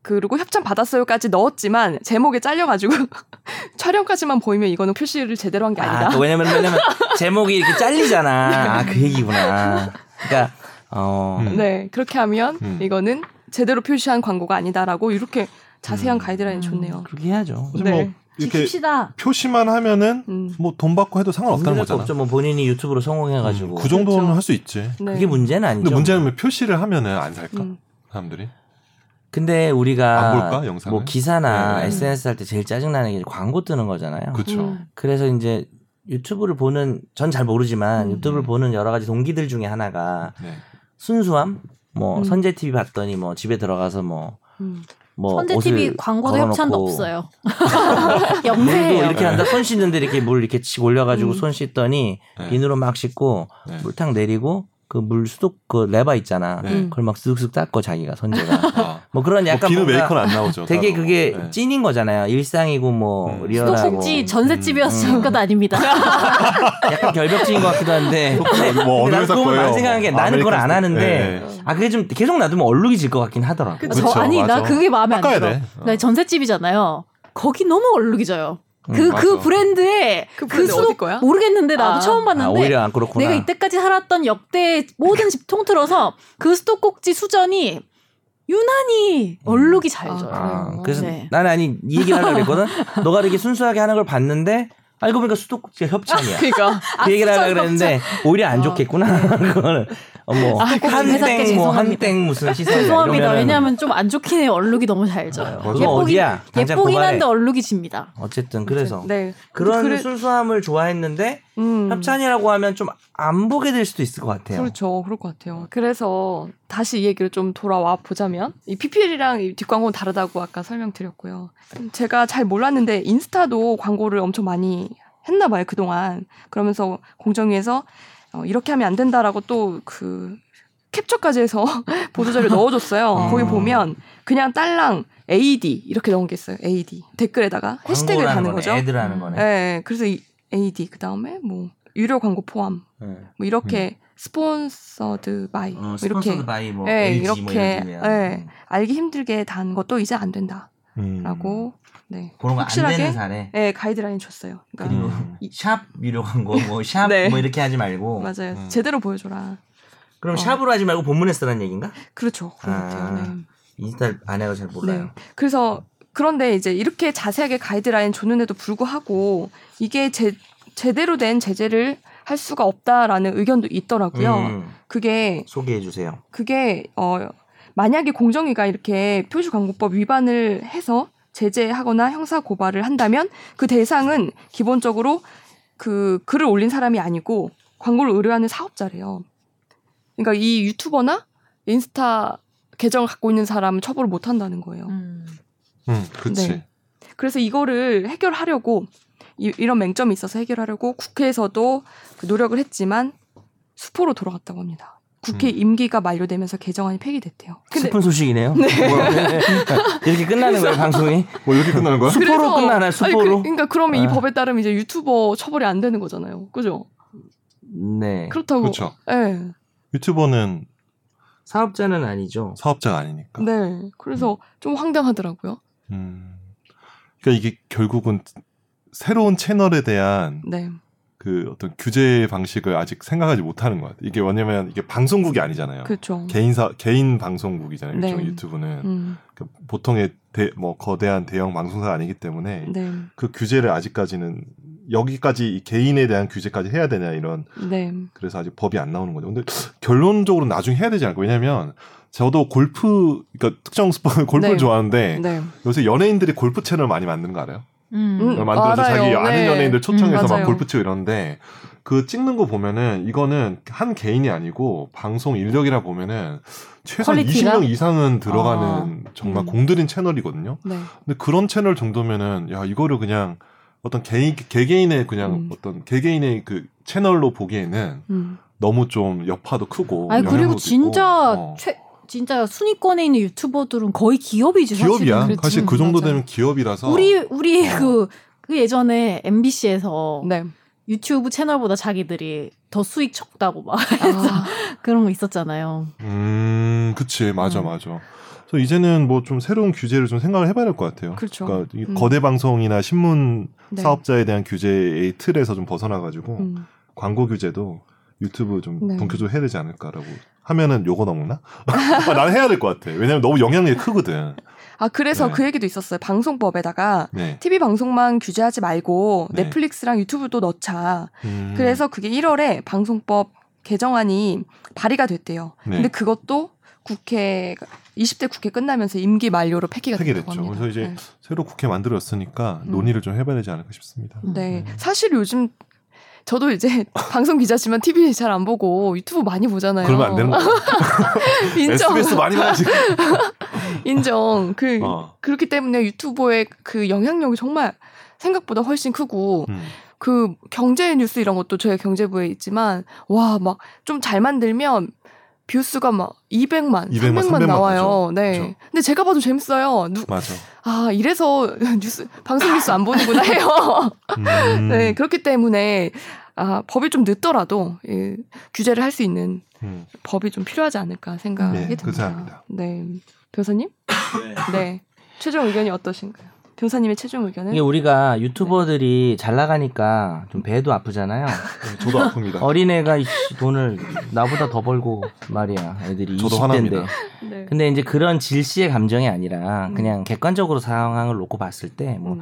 [SPEAKER 1] 그리고 협찬 받았어요까지 넣었지만 제목에 잘려가지고 촬영까지만 보이면 이거는 표시를 제대로 한 게
[SPEAKER 2] 아,
[SPEAKER 1] 아니다. 네.
[SPEAKER 2] 또 왜냐면 왜냐면 제목이 이렇게 잘리잖아. 아, 그 얘기구나. 그러니까 어
[SPEAKER 3] 음.
[SPEAKER 1] 네 그렇게 하면
[SPEAKER 3] 음.
[SPEAKER 1] 이거는 제대로 표시한 광고가 아니다라고 이렇게 자세한
[SPEAKER 3] 음.
[SPEAKER 1] 가이드라인이 좋네요.
[SPEAKER 2] 그렇게 해야죠.
[SPEAKER 3] 사실
[SPEAKER 1] 네.
[SPEAKER 3] 뭐 이렇게
[SPEAKER 4] 지킵시다.
[SPEAKER 3] 표시만 하면은
[SPEAKER 1] 음.
[SPEAKER 3] 뭐 돈 받고 해도 상관없다는
[SPEAKER 2] 문제가
[SPEAKER 3] 거잖아.
[SPEAKER 2] 없죠. 뭐 본인이 유튜브로
[SPEAKER 3] 음,
[SPEAKER 2] 성공해가지고
[SPEAKER 3] 그 정도는
[SPEAKER 1] 그렇죠.
[SPEAKER 3] 할 수 있지.
[SPEAKER 1] 네.
[SPEAKER 2] 그게 문제는 아니죠.
[SPEAKER 3] 근데 문제는 왜 표시를 하면은 안 살까?
[SPEAKER 1] 음.
[SPEAKER 3] 사람들이.
[SPEAKER 2] 근데
[SPEAKER 3] 안 볼까,
[SPEAKER 2] 우리가
[SPEAKER 3] 영상을?
[SPEAKER 2] 뭐 기사나
[SPEAKER 3] 네.
[SPEAKER 2] SNS 할 때 제일 짜증나는 게 광고 뜨는 거잖아요.
[SPEAKER 3] 그쵸
[SPEAKER 1] 음.
[SPEAKER 2] 그래서 이제 유튜브를 보는 전 잘 모르지만
[SPEAKER 1] 음.
[SPEAKER 2] 유튜브를 보는 여러 가지 동기들 중에 하나가
[SPEAKER 3] 네.
[SPEAKER 2] 순수함. 뭐
[SPEAKER 1] 음.
[SPEAKER 2] 선제 TV 봤더니 뭐 집에 들어가서 뭐
[SPEAKER 1] 음.
[SPEAKER 2] 뭐
[SPEAKER 4] 선제
[SPEAKER 2] 옷을
[SPEAKER 4] TV 광고도
[SPEAKER 2] 걸어놓고
[SPEAKER 4] 협찬도 없어요. 네.
[SPEAKER 2] 물도
[SPEAKER 4] 영세예요.
[SPEAKER 2] 이렇게 한다. 손 씻는데 이렇게 물 이렇게 치 올려가지고
[SPEAKER 1] 음.
[SPEAKER 2] 손 씻더니
[SPEAKER 3] 네.
[SPEAKER 2] 비누로 뭐 막 씻고
[SPEAKER 3] 네.
[SPEAKER 2] 물탕 내리고 그 물 수도 그 레바 있잖아.
[SPEAKER 3] 네.
[SPEAKER 1] 음.
[SPEAKER 2] 그걸 막 쓱쓱 닦고 자기가 손재가
[SPEAKER 3] 아.
[SPEAKER 2] 뭐 그런
[SPEAKER 3] 뭐
[SPEAKER 2] 약간
[SPEAKER 3] 비누
[SPEAKER 2] 뭔가
[SPEAKER 3] 메이커는 안 나오죠.
[SPEAKER 2] 되게
[SPEAKER 3] 따로.
[SPEAKER 2] 그게
[SPEAKER 3] 네.
[SPEAKER 2] 찐인 거잖아요. 일상이고 뭐
[SPEAKER 3] 음.
[SPEAKER 2] 리얼하고
[SPEAKER 4] 수도꼭지 전셋집이었을
[SPEAKER 2] 음.
[SPEAKER 4] 것 아닙니다.
[SPEAKER 2] 약간 결벽증인 것 같기도 한데
[SPEAKER 3] 뭐
[SPEAKER 2] 근데
[SPEAKER 3] 어느
[SPEAKER 2] 난
[SPEAKER 3] 회사
[SPEAKER 2] 그건
[SPEAKER 3] 거예요?
[SPEAKER 2] 안 생각한 게
[SPEAKER 3] 뭐
[SPEAKER 2] 나는 그걸 안
[SPEAKER 3] 아메리칸
[SPEAKER 2] 하는데
[SPEAKER 3] 스타일. 네, 네.
[SPEAKER 2] 아 그게 좀 계속 놔두면 얼룩이질 것 같긴 하더라고.
[SPEAKER 1] 그-
[SPEAKER 4] 저
[SPEAKER 3] 그쵸,
[SPEAKER 4] 아니 나
[SPEAKER 3] 맞아.
[SPEAKER 4] 그게 마음에 안
[SPEAKER 3] 깎아야
[SPEAKER 4] 들어.
[SPEAKER 3] 돼.
[SPEAKER 1] 네.
[SPEAKER 4] 나 전셋집이잖아요. 거기 너무 얼룩이져요.
[SPEAKER 2] 음,
[SPEAKER 4] 그 그
[SPEAKER 3] 맞아.
[SPEAKER 4] 브랜드에
[SPEAKER 1] 그
[SPEAKER 4] 그,
[SPEAKER 1] 브랜드
[SPEAKER 4] 수도
[SPEAKER 1] 어디 거야?
[SPEAKER 4] 모르겠는데 나도
[SPEAKER 1] 아.
[SPEAKER 4] 처음
[SPEAKER 2] 아,
[SPEAKER 4] 봤는데
[SPEAKER 2] 오히려 안 그렇구나.
[SPEAKER 4] 내가 이때까지 살았던 역대 모든 집 통틀어서 그 수도꼭지 수전이
[SPEAKER 2] 음.
[SPEAKER 4] 유난히 얼룩이 잘
[SPEAKER 1] 아,
[SPEAKER 4] 져요.
[SPEAKER 2] 아,
[SPEAKER 1] 그래요?
[SPEAKER 2] 그래서
[SPEAKER 4] 네.
[SPEAKER 2] 나는 아니 이 얘기를 하려고 했거든. 너가 이렇게 순수하게 하는 걸 봤는데 알고 보니까 수도꼭지가
[SPEAKER 4] 아,
[SPEAKER 2] 협찬이야. 그
[SPEAKER 1] 그러니까
[SPEAKER 2] 얘기를 하려고 그랬는데 오히려 안 좋겠구나. 그거는 어, 뭐
[SPEAKER 4] 아, 그건
[SPEAKER 2] 한땡
[SPEAKER 4] 회사께
[SPEAKER 2] 뭐
[SPEAKER 4] 죄송합니다.
[SPEAKER 2] 한땡 무슨 시세
[SPEAKER 4] 죄송합니다. 왜냐하면 좀 안 좋긴 해요. 얼룩이 너무 잘 져요.
[SPEAKER 3] 맞아.
[SPEAKER 2] 너 어디야? 당장
[SPEAKER 4] 예쁘긴
[SPEAKER 2] 고발해.
[SPEAKER 4] 한데 얼룩이 집니다.
[SPEAKER 2] 어쨌든 그래서
[SPEAKER 1] 네
[SPEAKER 2] 그런
[SPEAKER 1] 그래-
[SPEAKER 2] 순수함을 좋아했는데
[SPEAKER 1] 음.
[SPEAKER 2] 협찬이라고 하면 좀 안 보게 될 수도 있을 것 같아요.
[SPEAKER 1] 그렇죠. 그럴 것 같아요. 그래서 다시 이 얘기를 좀 돌아와 보자면 이 PPL이랑 이 뒷광고는 다르다고 아까 설명드렸고요. 제가 잘 몰랐는데 인스타도 광고를 엄청 많이 했나 봐요 그동안. 그러면서 공정위에서 어, 이렇게 하면 안 된다라고 또 그 캡처까지 해서 보도자료 넣어줬어요.
[SPEAKER 2] 음.
[SPEAKER 1] 거기 보면 그냥 딸랑 AD 이렇게 넣은 게 있어요. AD 댓글에다가 해시태그를
[SPEAKER 2] 광고라는
[SPEAKER 1] 다는
[SPEAKER 2] 거네,
[SPEAKER 1] 거죠.
[SPEAKER 2] 애들 하는 거네.
[SPEAKER 1] 네, 그래서 이 AD 그 다음에 뭐 유료 광고 포함
[SPEAKER 2] 네.
[SPEAKER 1] 뭐 이렇게 스폰서드 바이
[SPEAKER 2] 어,
[SPEAKER 1] 뭐
[SPEAKER 2] 스폰서드
[SPEAKER 1] 이렇게
[SPEAKER 2] 바이 뭐
[SPEAKER 1] 예,
[SPEAKER 2] LG 뭐
[SPEAKER 1] 이렇게,
[SPEAKER 2] 이런 데야.
[SPEAKER 1] 예.
[SPEAKER 2] 음.
[SPEAKER 1] 알기 힘들게 단 것도 이제 안 된다라고
[SPEAKER 3] 음.
[SPEAKER 1] 네
[SPEAKER 2] 그런 거 안
[SPEAKER 1] 확실하게
[SPEAKER 2] 되는 사례.
[SPEAKER 1] 예, 가이드라인 줬어요. 그러니까
[SPEAKER 2] 그리고
[SPEAKER 3] 음.
[SPEAKER 2] 샵 유료 광고 뭐 샵 뭐
[SPEAKER 1] 네.
[SPEAKER 2] 이렇게 하지 말고
[SPEAKER 1] 맞아요.
[SPEAKER 3] 음.
[SPEAKER 1] 제대로 보여줘라.
[SPEAKER 2] 그럼
[SPEAKER 1] 어.
[SPEAKER 2] 샵으로 하지 말고 본문에 쓰라는 얘기인가?
[SPEAKER 1] 그렇죠. 그런 것
[SPEAKER 2] 아,
[SPEAKER 1] 같아요. 네.
[SPEAKER 2] 인스타 안 해서 잘 몰라요.
[SPEAKER 1] 그래서 그런데 이제 이렇게 자세하게 가이드라인 줬는데도 불구하고 이게 제, 제대로 된 제재를 할 수가 없다라는 의견도 있더라고요.
[SPEAKER 2] 음,
[SPEAKER 1] 그게
[SPEAKER 2] 소개해 주세요.
[SPEAKER 1] 그게 어 만약에 공정위가 이렇게 표시광고법 위반을 해서 제재하거나 형사 고발을 한다면 그 대상은 기본적으로 그 글을 올린 사람이 아니고 광고를 의뢰하는 사업자래요. 그러니까 이 유튜버나 인스타 계정을 갖고 있는 사람은 처벌을 못 한다는 거예요.
[SPEAKER 3] 음, 그치.
[SPEAKER 1] 네. 그래서 이거를 해결하려고 이, 이런 맹점이 있어서 해결하려고 국회에서도 그 노력을 했지만 수포로 돌아갔다고 합니다. 국회
[SPEAKER 3] 음.
[SPEAKER 1] 임기가 만료되면서 개정안이 폐기됐대요. 근데
[SPEAKER 2] 슬픈 소식이네요. 이렇게 끝나는 거예요 방송이?
[SPEAKER 3] 뭐 이렇게 끝나는 거야?
[SPEAKER 2] 수포로
[SPEAKER 1] 그래서-
[SPEAKER 2] 끝나나요?
[SPEAKER 1] 아니,
[SPEAKER 2] 수포로?
[SPEAKER 1] 그, 그러니까 그러면 이
[SPEAKER 3] 네.
[SPEAKER 2] 아.
[SPEAKER 1] 법에 따르면 이제 유튜버 처벌이 안 되는 거잖아요. 그죠?
[SPEAKER 2] 네.
[SPEAKER 1] 그렇다고.
[SPEAKER 3] 그렇죠.
[SPEAKER 1] 네.
[SPEAKER 3] 유튜버는
[SPEAKER 2] 사업자는 아니죠.
[SPEAKER 3] 사업자가 아니니까.
[SPEAKER 1] 네. 그래서 좀 황당하더라고요.
[SPEAKER 3] 음. 그러니까 이게 결국은 새로운 채널에 대한
[SPEAKER 1] 네.
[SPEAKER 3] 그 어떤 규제 방식을 아직 생각하지 못하는 것 같아요. 이게 왜냐면 이게 방송국이 아니잖아요.
[SPEAKER 1] 그렇죠.
[SPEAKER 3] 개인사 개인 방송국이잖아요.
[SPEAKER 1] 네.
[SPEAKER 3] 일종의 유튜브는
[SPEAKER 1] 음.
[SPEAKER 3] 그러니까 보통의 대, 뭐 거대한 대형 방송사가 아니기 때문에
[SPEAKER 1] 네.
[SPEAKER 3] 그 규제를 아직까지는 여기까지 이 개인에 대한 규제까지 해야 되냐 이런
[SPEAKER 1] 네.
[SPEAKER 3] 그래서 아직 법이 안 나오는 거죠. 근데 결론적으로 나중에 해야 되지 않을까? 왜냐면 저도 골프 그러니까 특정 스포츠 골프를
[SPEAKER 1] 네.
[SPEAKER 3] 좋아하는데
[SPEAKER 1] 네.
[SPEAKER 3] 요새 연예인들이 골프 채널 많이 만드는 거 알아요?
[SPEAKER 1] 음.
[SPEAKER 3] 만들어서
[SPEAKER 1] 알아요.
[SPEAKER 3] 자기 아는
[SPEAKER 1] 네.
[SPEAKER 3] 연예인들 초청해서
[SPEAKER 1] 음,
[SPEAKER 3] 막
[SPEAKER 1] 맞아요.
[SPEAKER 3] 골프 치고 이러는데 그 찍는 거 보면은 이거는 한 개인이 아니고 방송 인력이라 보면은 최소한
[SPEAKER 4] 퀄리티가?
[SPEAKER 3] 20명 이상은 들어가는 정말
[SPEAKER 1] 음.
[SPEAKER 3] 공들인 채널이거든요.
[SPEAKER 1] 네.
[SPEAKER 3] 근데 그런 채널 정도면은 야 이거를 그냥 어떤 개인 개개인의 그냥
[SPEAKER 1] 음.
[SPEAKER 3] 어떤 개개인의 그 채널로 보기에는
[SPEAKER 1] 음.
[SPEAKER 3] 너무 좀 여파도 크고
[SPEAKER 4] 아니 그리고
[SPEAKER 3] 영향도
[SPEAKER 4] 진짜
[SPEAKER 3] 있고, 어.
[SPEAKER 4] 최 진짜 순위권에 있는 유튜버들은 거의 기업이지
[SPEAKER 3] 기업이야.
[SPEAKER 4] 사실은.
[SPEAKER 3] 사실 그
[SPEAKER 1] 그렇지.
[SPEAKER 3] 정도
[SPEAKER 1] 맞아요.
[SPEAKER 3] 되면 기업이라서
[SPEAKER 4] 우리 우리
[SPEAKER 3] 어.
[SPEAKER 4] 그, 그 예전에 MBC에서
[SPEAKER 1] 네.
[SPEAKER 4] 유튜브 채널보다 자기들이 더 수익 적다고 막
[SPEAKER 1] 아,
[SPEAKER 4] 그런 거 있었잖아요.
[SPEAKER 3] 음, 그치, 맞아,
[SPEAKER 4] 음.
[SPEAKER 3] 맞아. 그래서 이제는 뭐 좀 새로운 규제를 좀 생각을 해봐야 될 것 같아요.
[SPEAKER 1] 그렇죠.
[SPEAKER 3] 러니까이
[SPEAKER 1] 음.
[SPEAKER 3] 거대 방송이나 신문
[SPEAKER 1] 네.
[SPEAKER 3] 사업자에 대한 규제의 틀에서 좀 벗어나가지고
[SPEAKER 1] 음.
[SPEAKER 3] 광고 규제도 유튜브 좀
[SPEAKER 1] 네.
[SPEAKER 3] 본격적으로 해야 되지 않을까라고 하면은 요거 넘나? 아, 난 해야 될 것 같아. 왜냐면 너무 영향력이 크거든.
[SPEAKER 1] 아, 그래서
[SPEAKER 3] 네.
[SPEAKER 1] 그 얘기도 있었어요. 방송법에다가
[SPEAKER 3] 네.
[SPEAKER 1] TV 방송만 규제하지 말고
[SPEAKER 3] 네.
[SPEAKER 1] 넷플릭스랑 유튜브도 넣자.
[SPEAKER 3] 음.
[SPEAKER 1] 그래서 그게 1월에 방송법 개정안이 발의가 됐대요.
[SPEAKER 3] 네.
[SPEAKER 1] 근데 그것도 국회 20대 국회 끝나면서 임기 만료로 폐기가
[SPEAKER 3] 폐기됐죠.
[SPEAKER 1] 됐다고 합니다.
[SPEAKER 3] 그래서 이제 새로 국회 만들었으니까
[SPEAKER 1] 음.
[SPEAKER 3] 논의를 좀 해봐야 되지 않을까 싶습니다.
[SPEAKER 1] 네. 네.
[SPEAKER 3] 음.
[SPEAKER 1] 사실 요즘 저도 이제 방송 기자지만 TV 잘 안 보고 유튜브 많이 보잖아요.
[SPEAKER 3] 그러면 안 되는 거야.
[SPEAKER 1] 인정.
[SPEAKER 3] SBS 많이 봐야지.
[SPEAKER 1] 인정. 그
[SPEAKER 3] 어.
[SPEAKER 1] 그렇기 때문에 유튜버의 그 영향력이 정말 생각보다 훨씬 크고
[SPEAKER 3] 음.
[SPEAKER 1] 그 경제 뉴스 이런 것도 저희 경제부에 있지만 와 막 좀 잘 만들면 뷰수가 막 200만, 300만,
[SPEAKER 3] 200만, 300만
[SPEAKER 1] 나와요. 네.
[SPEAKER 3] 그죠.
[SPEAKER 1] 근데 제가 봐도 재밌어요. 누,
[SPEAKER 3] 맞아.
[SPEAKER 1] 아 이래서 뉴스 방송 뉴스 안 보는구나 해요.
[SPEAKER 2] 아,
[SPEAKER 3] 음.
[SPEAKER 1] 네 그렇기 때문에 아 법이 좀 늦더라도 예, 규제를 할 수 있는
[SPEAKER 3] 음.
[SPEAKER 1] 법이 좀 필요하지 않을까 생각이
[SPEAKER 3] 네,
[SPEAKER 1] 듭니다.
[SPEAKER 3] 감사합니다.
[SPEAKER 1] 네 변호사님, 네 최종 의견이 어떠신가요? 변호사님의 최종 의견은
[SPEAKER 2] 이게 우리가 유튜버들이 잘 나가니까 좀 배도 아프잖아요.
[SPEAKER 3] 음, 저도 아픕니다.
[SPEAKER 2] 어린애가 이씨 돈을 나보다 더 벌고 말이야. 애들이
[SPEAKER 3] 저도
[SPEAKER 2] 20대인데.
[SPEAKER 3] 화납니다.
[SPEAKER 1] 네.
[SPEAKER 2] 근데 이제 그런 질시의 감정이 아니라
[SPEAKER 1] 음.
[SPEAKER 2] 그냥 객관적으로 상황을 놓고 봤을 때 뭐
[SPEAKER 1] 음.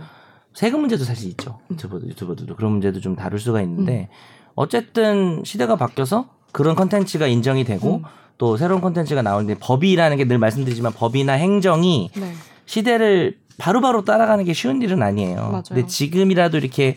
[SPEAKER 2] 세금 문제도 사실 있죠. 유튜버들, 유튜버들도 그런 문제도 좀 다룰 수가 있는데
[SPEAKER 1] 음.
[SPEAKER 2] 어쨌든 시대가 바뀌어서 그런 컨텐츠가 인정이 되고
[SPEAKER 1] 음.
[SPEAKER 2] 또 새로운 컨텐츠가 나오는데 법이라는 게 늘 말씀드리지만 법이나 행정이
[SPEAKER 1] 네.
[SPEAKER 2] 시대를 바로바로 따라가는 게 쉬운 일은 아니에요.
[SPEAKER 1] 맞아요.
[SPEAKER 2] 근데 지금이라도 이렇게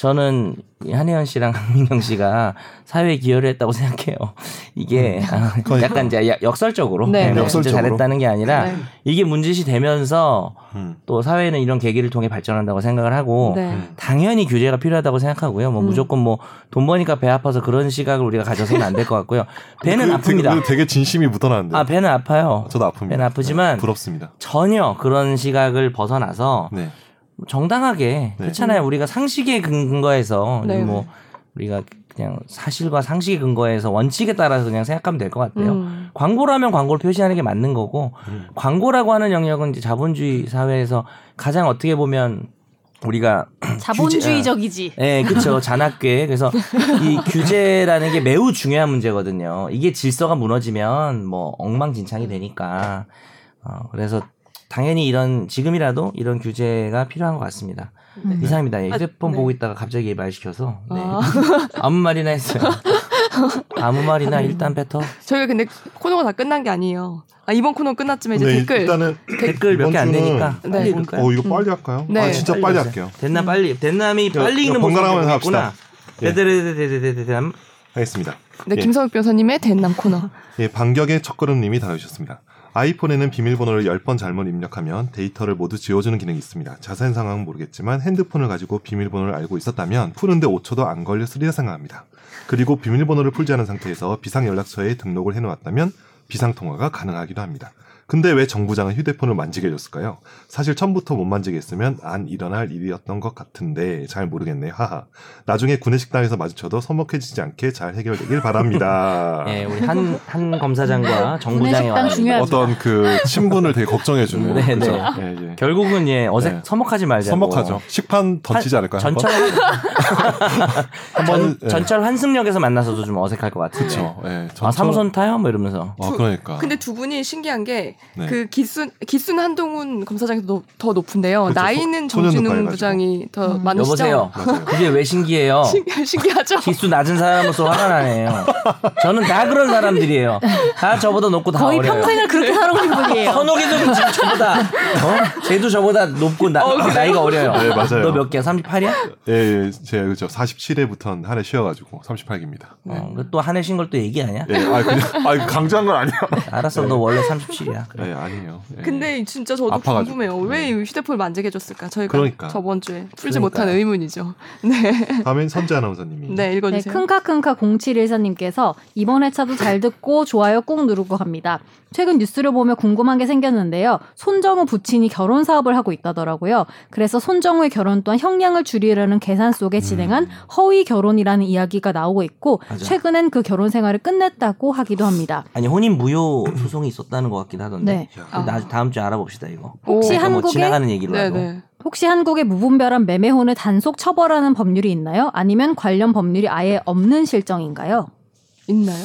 [SPEAKER 2] 저는 이 한혜연 씨랑 강민경 씨가 사회에 기여를 했다고 생각해요. 이게 아,
[SPEAKER 3] 거의- 그
[SPEAKER 2] 약간 이제 야- 역설적으로
[SPEAKER 1] 음. 네,
[SPEAKER 2] 네,
[SPEAKER 1] 네.
[SPEAKER 2] 진짜
[SPEAKER 3] 역설적으로.
[SPEAKER 2] 잘했다는 게 아니라
[SPEAKER 1] 네.
[SPEAKER 2] 이게 문제시 되면서
[SPEAKER 3] 음.
[SPEAKER 2] 또 사회는 이런 계기를 통해 발전한다고 생각을 하고
[SPEAKER 1] 네.
[SPEAKER 3] 음.
[SPEAKER 2] 당연히 규제가 필요하다고 생각하고요. 뭐
[SPEAKER 1] 음.
[SPEAKER 2] 무조건 뭐 돈 버니까 배 아파서 그런 시각을 우리가 가져서는 안 될 것 같고요. 배는
[SPEAKER 3] 그- 네. 그-
[SPEAKER 2] 아픕니다.
[SPEAKER 3] 그 되게 진심이 묻어나는데.
[SPEAKER 2] 아 배는 아파요.
[SPEAKER 3] 저도 아픕니다.
[SPEAKER 2] 배는 아프지만
[SPEAKER 3] 네, 부럽습니다.
[SPEAKER 2] 전혀 그런 시각을 벗어나서
[SPEAKER 3] 네.
[SPEAKER 2] 정당하게
[SPEAKER 3] 네.
[SPEAKER 2] 그렇잖아요. 우리가 상식에 근거해서
[SPEAKER 1] 음. 네.
[SPEAKER 2] 뭐 우리가 그냥 사실과 상식에 근거해서 원칙에 따라서 그냥 생각하면 될 것 같아요.
[SPEAKER 1] 음.
[SPEAKER 2] 광고라면 광고를 표시하는 게 맞는 거고
[SPEAKER 3] 음.
[SPEAKER 2] 광고라고 하는 영역은 이제 자본주의 사회에서 가장 어떻게 보면 우리가
[SPEAKER 4] 자본주의적이지.
[SPEAKER 2] 예, 그렇죠. 잔악괴. 그래서 이 규제라는 게 매우 중요한 문제거든요. 이게 질서가 무너지면 뭐 엉망진창이 되니까. 어, 그래서 당연히 이런 지금이라도 이런 규제가 필요한 것 같습니다.
[SPEAKER 1] 네.
[SPEAKER 4] 음.
[SPEAKER 2] 이상입니다. 예, 휴대폰
[SPEAKER 1] 네.
[SPEAKER 2] 보고 있다가 갑자기 말 시켜서 네.
[SPEAKER 1] 아.
[SPEAKER 2] 아. 무 말이나 했어요. 아무 말이나
[SPEAKER 1] 음.
[SPEAKER 2] 일단 뱉어
[SPEAKER 1] 저희가 근데 코너가 다 끝난 게 아니에요. 아, 이번 코너 끝났지만 이제
[SPEAKER 3] 네,
[SPEAKER 1] 댓글.
[SPEAKER 3] 일단은
[SPEAKER 2] 댓글 몇 개 안
[SPEAKER 3] 이번 주는-
[SPEAKER 2] 되니까
[SPEAKER 1] 네.
[SPEAKER 2] 빨리 읽을까요? 음.
[SPEAKER 3] 어 이거 빨리 할까요?
[SPEAKER 1] 네.
[SPEAKER 3] 아 진짜 빨리 할게요.
[SPEAKER 2] 됐나 빨리 됐남이 빨리
[SPEAKER 3] 야,
[SPEAKER 2] 읽는 모습이
[SPEAKER 3] 번갈아가면서
[SPEAKER 2] 있구나.
[SPEAKER 3] 합시다. 예.
[SPEAKER 2] 데데데데데데데데남
[SPEAKER 3] 알겠습니다.
[SPEAKER 1] 네,
[SPEAKER 3] 예.
[SPEAKER 1] 김성욱 변호사님의 대남 코너.
[SPEAKER 3] 예, 반격의 첫걸음님이 다루셨습니다. 아이폰에는 비밀번호를 10번 잘못 입력하면 데이터를 모두 지워주는 기능이 있습니다. 자세한 상황은 모르겠지만 핸드폰을 가지고 비밀번호를 알고 있었다면 푸는데 5초도 안 걸렸으리라 생각합니다. 그리고 비밀번호를 풀지 않은 상태에서 비상연락처에 등록을 해놓았다면 비상통화가 가능하기도 합니다. 근데 왜 정부장은 휴대폰을 만지게 해줬을까요? 사실 처음부터 못 만지게 했으면 안 일어날 일이었던 것 같은데 잘 모르겠네요. 하하. 나중에 구내식당에서 마주쳐도 서먹해지지 않게 잘 해결되길 바랍니다.
[SPEAKER 2] 예, 우리 한, 한 검사장과 정부장이
[SPEAKER 4] 네. 구내식당
[SPEAKER 2] 와
[SPEAKER 4] 중요하죠. 아.
[SPEAKER 3] 어떤 그 친분을 되게 걱정해주는
[SPEAKER 2] 네,
[SPEAKER 3] 그죠?
[SPEAKER 2] 네.
[SPEAKER 3] 예, 예.
[SPEAKER 2] 결국은 예 어색
[SPEAKER 3] 네.
[SPEAKER 2] 서먹하지 말자.
[SPEAKER 3] 서먹하죠. 식판 던지지 않을까요? 한
[SPEAKER 2] 전철
[SPEAKER 3] 번?
[SPEAKER 2] 전,
[SPEAKER 3] 한번 예.
[SPEAKER 2] 전철 환승역에서 만나서도 좀 어색할 것 같아요.
[SPEAKER 3] 그렇죠. 예, 전철-
[SPEAKER 2] 아 삼선 타요? 뭐 이러면서.
[SPEAKER 3] 어, 그러니까.
[SPEAKER 1] 근데 두 분이 신기한 게 그
[SPEAKER 3] 네.
[SPEAKER 1] 기순 기순 한동훈 검사장이 더, 더 높은데요.
[SPEAKER 3] 그렇죠.
[SPEAKER 1] 나이는
[SPEAKER 3] 소- 소년
[SPEAKER 1] 정진웅
[SPEAKER 3] 가해가지고.
[SPEAKER 1] 부장이 더
[SPEAKER 4] 음.
[SPEAKER 1] 많으시죠.
[SPEAKER 2] 여보세요.
[SPEAKER 3] 맞아요.
[SPEAKER 2] 그게 왜 신기해요?
[SPEAKER 1] 신- 신기하죠.
[SPEAKER 2] 기수 낮은 사람으로서 화가 나네요. 저는 다 그런 사람들이에요. 다 저보다 높고 다
[SPEAKER 4] 거의
[SPEAKER 2] 어려요.
[SPEAKER 4] 평생을 그렇게 살아오신 분이에요.
[SPEAKER 2] 선옥이도 지금 저보다 어? 쟤도 저보다 높고 나,
[SPEAKER 1] 어, 그래요?
[SPEAKER 2] 이가 어려요.
[SPEAKER 3] 네, 맞아요.
[SPEAKER 2] 너 몇 개야? 38이야?
[SPEAKER 3] 예, 예, 제가 그죠. 47회부터는 한해 쉬어가지고 38기입니다.
[SPEAKER 2] 어, 그또 한해 쉰 걸 또 얘기하냐?
[SPEAKER 3] 예, 네. 아, 그냥, 아, 강조한 건 아니야.
[SPEAKER 2] 알았어, 너 원래 37이야.
[SPEAKER 3] 예, 아니에요. 예.
[SPEAKER 1] 근데 진짜 저도
[SPEAKER 3] 아파가지고. 네.
[SPEAKER 1] 궁금해요. 왜이 휴대폰을 만지게 해줬을까? 저희가
[SPEAKER 3] 그러니까.
[SPEAKER 1] 저번 주에 풀지
[SPEAKER 2] 그러니까요.
[SPEAKER 1] 못한 의문이죠. 네,
[SPEAKER 3] 다음엔 선재 아나운서님이.
[SPEAKER 1] 네
[SPEAKER 4] 네,
[SPEAKER 1] 읽어주세요.
[SPEAKER 4] 큰카큰카 0714님께서 이번 회차도 잘 듣고 좋아요 꾹 누르고 갑니다. 최근 뉴스를 보며 궁금한 게 생겼는데요. 손정우 부친이 결혼 사업을 하고 있다더라고요. 그래서 손정우의 결혼 또한 형량을 줄이려는 계산 속에 진행한 허위 결혼이라는 이야기가 나오고 있고
[SPEAKER 2] 맞아.
[SPEAKER 4] 최근엔 그 결혼 생활을 끝냈다고 하기도 합니다.
[SPEAKER 2] 아니 혼인 무효
[SPEAKER 3] 음.
[SPEAKER 2] 소송이 있었다는 것 같긴 하던데. 그
[SPEAKER 4] 네.
[SPEAKER 3] 야,
[SPEAKER 1] 아.
[SPEAKER 2] 나 다음 주에 알아봅시다 이거.
[SPEAKER 4] 혹시
[SPEAKER 1] 오.
[SPEAKER 2] 이거 뭐
[SPEAKER 4] 한국에-
[SPEAKER 2] 지나가는 얘기로라도.
[SPEAKER 1] 네네.
[SPEAKER 4] 혹시 한국의 무분별한 매매혼을 단속 처벌하는 법률이 있나요? 아니면 관련 법률이 아예 없는 실정인가요?
[SPEAKER 1] 있나요?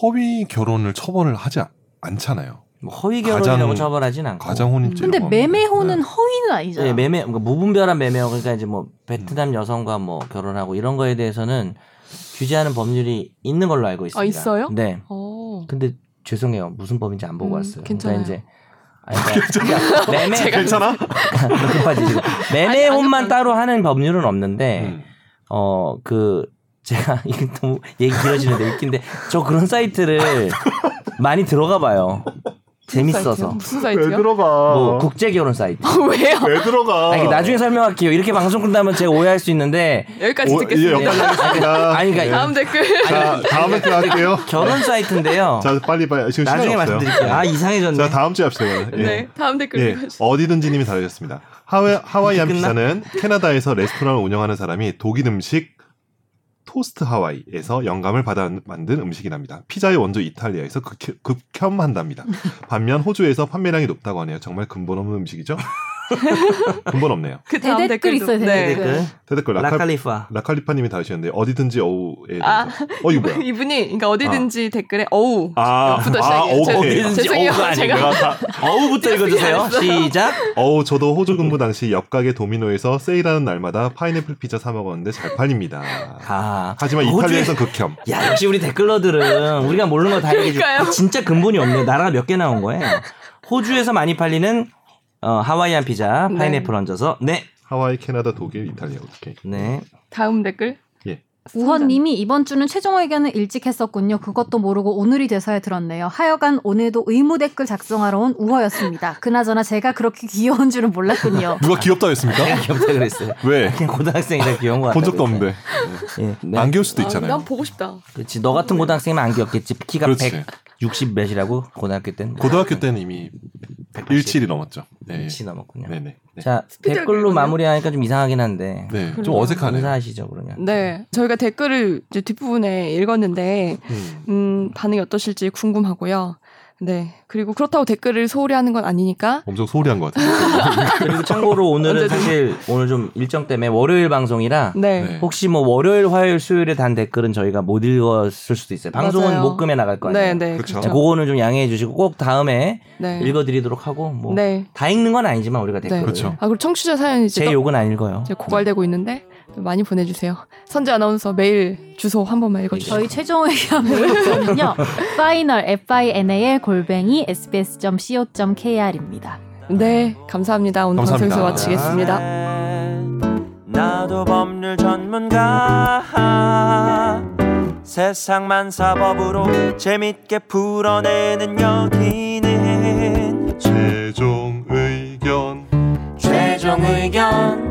[SPEAKER 3] 허위 결혼을 처벌을 하지 않- 않잖아요.
[SPEAKER 2] 뭐 허위 결혼이라고
[SPEAKER 3] 가장-
[SPEAKER 2] 처벌하진 않고.
[SPEAKER 3] 가장 혼인
[SPEAKER 4] 근데 매매혼은 허위는 아니잖아요.
[SPEAKER 2] 네, 매매 그러니까 무분별한 매매요. 그러니까 이제 뭐
[SPEAKER 3] 음.
[SPEAKER 2] 베트남 여성과 뭐 결혼하고 이런 거에 대해서는 규제하는 법률이 있는 걸로 알고 있습니다.
[SPEAKER 1] 아, 있어요?
[SPEAKER 2] 네.
[SPEAKER 1] 어.
[SPEAKER 2] 근데 죄송해요. 무슨 법인지 안 보고
[SPEAKER 1] 음,
[SPEAKER 2] 왔어요.
[SPEAKER 1] 괜찮아요.
[SPEAKER 2] 그러니까 이제 아니, 그러니까 매매
[SPEAKER 3] 네. 괜찮아?
[SPEAKER 2] 너 급하지 지금.
[SPEAKER 1] 아니, 아니요,
[SPEAKER 2] 매매혼만
[SPEAKER 1] 아니요.
[SPEAKER 2] 따로 하는 법률은 없는데
[SPEAKER 3] 음.
[SPEAKER 2] 어 그 제가 이게 너무 얘기 길어지는데 웃긴데 저 그런 사이트를 많이 들어가 봐요. 재밌어서.
[SPEAKER 1] 무슨
[SPEAKER 4] 그렇죠?
[SPEAKER 3] 왜
[SPEAKER 1] 사이트요?
[SPEAKER 3] 들어가? 어.
[SPEAKER 2] 뭐 국제 결혼 사이트.
[SPEAKER 1] 왜요?
[SPEAKER 3] 왜 들어가?
[SPEAKER 2] 아, 이게 나중에 설명할게요. 이렇게 방송 끝나면 제가 오해할 수 있는데
[SPEAKER 1] 여기까지
[SPEAKER 3] 오,
[SPEAKER 1] 듣겠습니다.
[SPEAKER 3] 예, 여기까지 하겠습니다. 네.
[SPEAKER 2] 아니, 그러니까
[SPEAKER 1] 다음 댓글.
[SPEAKER 3] 자, 다음에 또 할게요.
[SPEAKER 2] 결혼 사이트인데요.
[SPEAKER 3] 자, 빨리 빨리. 지금 시간이
[SPEAKER 2] 나중에
[SPEAKER 3] 없어요.
[SPEAKER 2] 말씀드릴게요. 아 이상해졌네.
[SPEAKER 3] 자, 다음 주에 합시다. 그러면. 예.
[SPEAKER 1] 네, 다음 댓글
[SPEAKER 3] 예,
[SPEAKER 1] 읽어주세요.
[SPEAKER 3] 어디든지님이 다루셨습니다. 하와이, 하와이안
[SPEAKER 2] 끝나?
[SPEAKER 3] 피자는 캐나다에서 레스토랑을 운영하는 사람이 독일 음식 토스트 하와이에서 영감을 받아 만든 음식이랍니다. 피자의 원조 이탈리아에서 극, 극혐한답니다. 반면 호주에서 판매량이 높다고 하네요. 정말 근본 없는 음식이죠? 근본 없네요.
[SPEAKER 1] 그 네.
[SPEAKER 4] 대댓글 있어요, 대댓글.
[SPEAKER 2] 댓글
[SPEAKER 3] 댓글 네, 그 라칼,
[SPEAKER 2] 네, 그 라칼리파
[SPEAKER 3] 라칼리파님이 다으셨는데 어디든지 어우에
[SPEAKER 1] 아.
[SPEAKER 3] 대해서. 어 이거 뭐야?
[SPEAKER 1] 이분이 그러니까 어디든지 댓글에 어우
[SPEAKER 3] 아,
[SPEAKER 1] 부터
[SPEAKER 3] 아,
[SPEAKER 1] 시작이에요. 죄-
[SPEAKER 3] 오케이.
[SPEAKER 2] 어디든지
[SPEAKER 1] 죄송해요.
[SPEAKER 2] 어우가 아니고요.
[SPEAKER 1] 제가
[SPEAKER 3] 내가 다,
[SPEAKER 2] 어우부터 읽어주세요. 시작.
[SPEAKER 3] 어우 저도 호주 근무 당시 옆 가게 도미노에서 세일하는 날마다 파인애플 피자 사 먹었는데 잘 팔립니다.
[SPEAKER 2] 아,
[SPEAKER 3] 하지만
[SPEAKER 2] 호주에-
[SPEAKER 3] 이탈리아에선 극혐.
[SPEAKER 2] 야 역시 우리 댓글러들은 우리가 모르는 거 다
[SPEAKER 1] 그러니까요.
[SPEAKER 2] 얘기해주고 진짜 근본이 없네요. 나라가 몇 개 나온 거예요. 호주에서 많이 팔리는 어, 하와이안 피자
[SPEAKER 1] 네.
[SPEAKER 2] 파인애플 얹어서 네,
[SPEAKER 3] 하와이, 캐나다, 독일, 이탈리아 오케이.
[SPEAKER 2] 네.
[SPEAKER 1] 다음 댓글.
[SPEAKER 3] 예.
[SPEAKER 4] 우헌님이 이번 주는 최종 의견을 일찍 했었군요. 그것도 모르고 오늘이 돼서야 들었네요. 하여간 오늘도 의무 댓글 작성하러 온 우허였습니다. 그나저나 제가 그렇게 귀여운 줄은 몰랐군요.
[SPEAKER 3] 누가 귀엽다 했습니까?
[SPEAKER 1] 네.
[SPEAKER 2] 내가 귀엽다 그랬어요.
[SPEAKER 3] 왜?
[SPEAKER 2] 그냥 고등학생이라 귀여운 거 같아.
[SPEAKER 3] 본 적도 없는데.
[SPEAKER 2] 예, 네.
[SPEAKER 3] 안 귀여울 수도
[SPEAKER 1] 아,
[SPEAKER 3] 있잖아요.
[SPEAKER 1] 난 보고 싶다.
[SPEAKER 2] 그렇지. 너 같은 고등학생이면 안 귀엽겠지. 키가
[SPEAKER 3] 그렇지.
[SPEAKER 2] 160 몇이라고 고등학교 때는
[SPEAKER 3] 고등학교 때는 이미 17이 넘었죠. 네.
[SPEAKER 2] 치 넘었군요.
[SPEAKER 3] 네네. 네.
[SPEAKER 2] 자
[SPEAKER 1] 스피드
[SPEAKER 2] 댓글로
[SPEAKER 1] 읽어요.
[SPEAKER 2] 마무리하니까 좀 이상하긴 한데.
[SPEAKER 3] 네, 좀
[SPEAKER 1] 그래요.
[SPEAKER 3] 어색하네요.
[SPEAKER 2] 인사하시죠 그러면.
[SPEAKER 1] 네, 저희가 댓글을 이제 뒷부분에 읽었는데
[SPEAKER 3] 음.
[SPEAKER 1] 음, 반응이 어떠실지 궁금하고요. 네, 그리고 그렇다고 댓글을 소홀히 하는 건 아니니까
[SPEAKER 3] 엄청 소홀히 한 것 같아요.
[SPEAKER 2] 그리고 참고로 오늘은
[SPEAKER 1] 언제든.
[SPEAKER 2] 사실 오늘 좀 일정 때문에 월요일 방송이라
[SPEAKER 1] 네,
[SPEAKER 3] 네.
[SPEAKER 2] 혹시 뭐 월요일, 화요일, 수요일에 단 댓글은 저희가 못 읽었을 수도 있어요. 방송은
[SPEAKER 1] 맞아요.
[SPEAKER 2] 목금에 나갈 거
[SPEAKER 1] 네,
[SPEAKER 2] 아니에요.
[SPEAKER 1] 네,
[SPEAKER 3] 그쵸.
[SPEAKER 2] 자, 그거는 좀 양해해 주시고 꼭 다음에
[SPEAKER 1] 네,
[SPEAKER 2] 읽어드리도록 하고 뭐 다
[SPEAKER 1] 네.
[SPEAKER 2] 읽는 건 아니지만 우리가 댓글
[SPEAKER 1] 네.
[SPEAKER 2] 을
[SPEAKER 3] 그렇죠.
[SPEAKER 1] 아 그리고 청취자 사연이
[SPEAKER 2] 제
[SPEAKER 1] 지금
[SPEAKER 2] 욕은 안 읽어요.
[SPEAKER 1] 이제 고갈되고 있는데 많이 보내주세요. 선재 아나운서 메일 주소 한 번만 읽어주세요.
[SPEAKER 4] 저희 최종 의견 메일은요. final final 골뱅이 sbs.co.kr입니다.
[SPEAKER 1] 네, 감사합니다. 오늘
[SPEAKER 3] 감사합니다.
[SPEAKER 1] 방송에서 마치겠습니다.
[SPEAKER 5] 네, 나도 법률 전문가 세상만 사법으로 재밌게 풀어내는 여기는
[SPEAKER 3] 최종 의견.
[SPEAKER 5] 최종 의견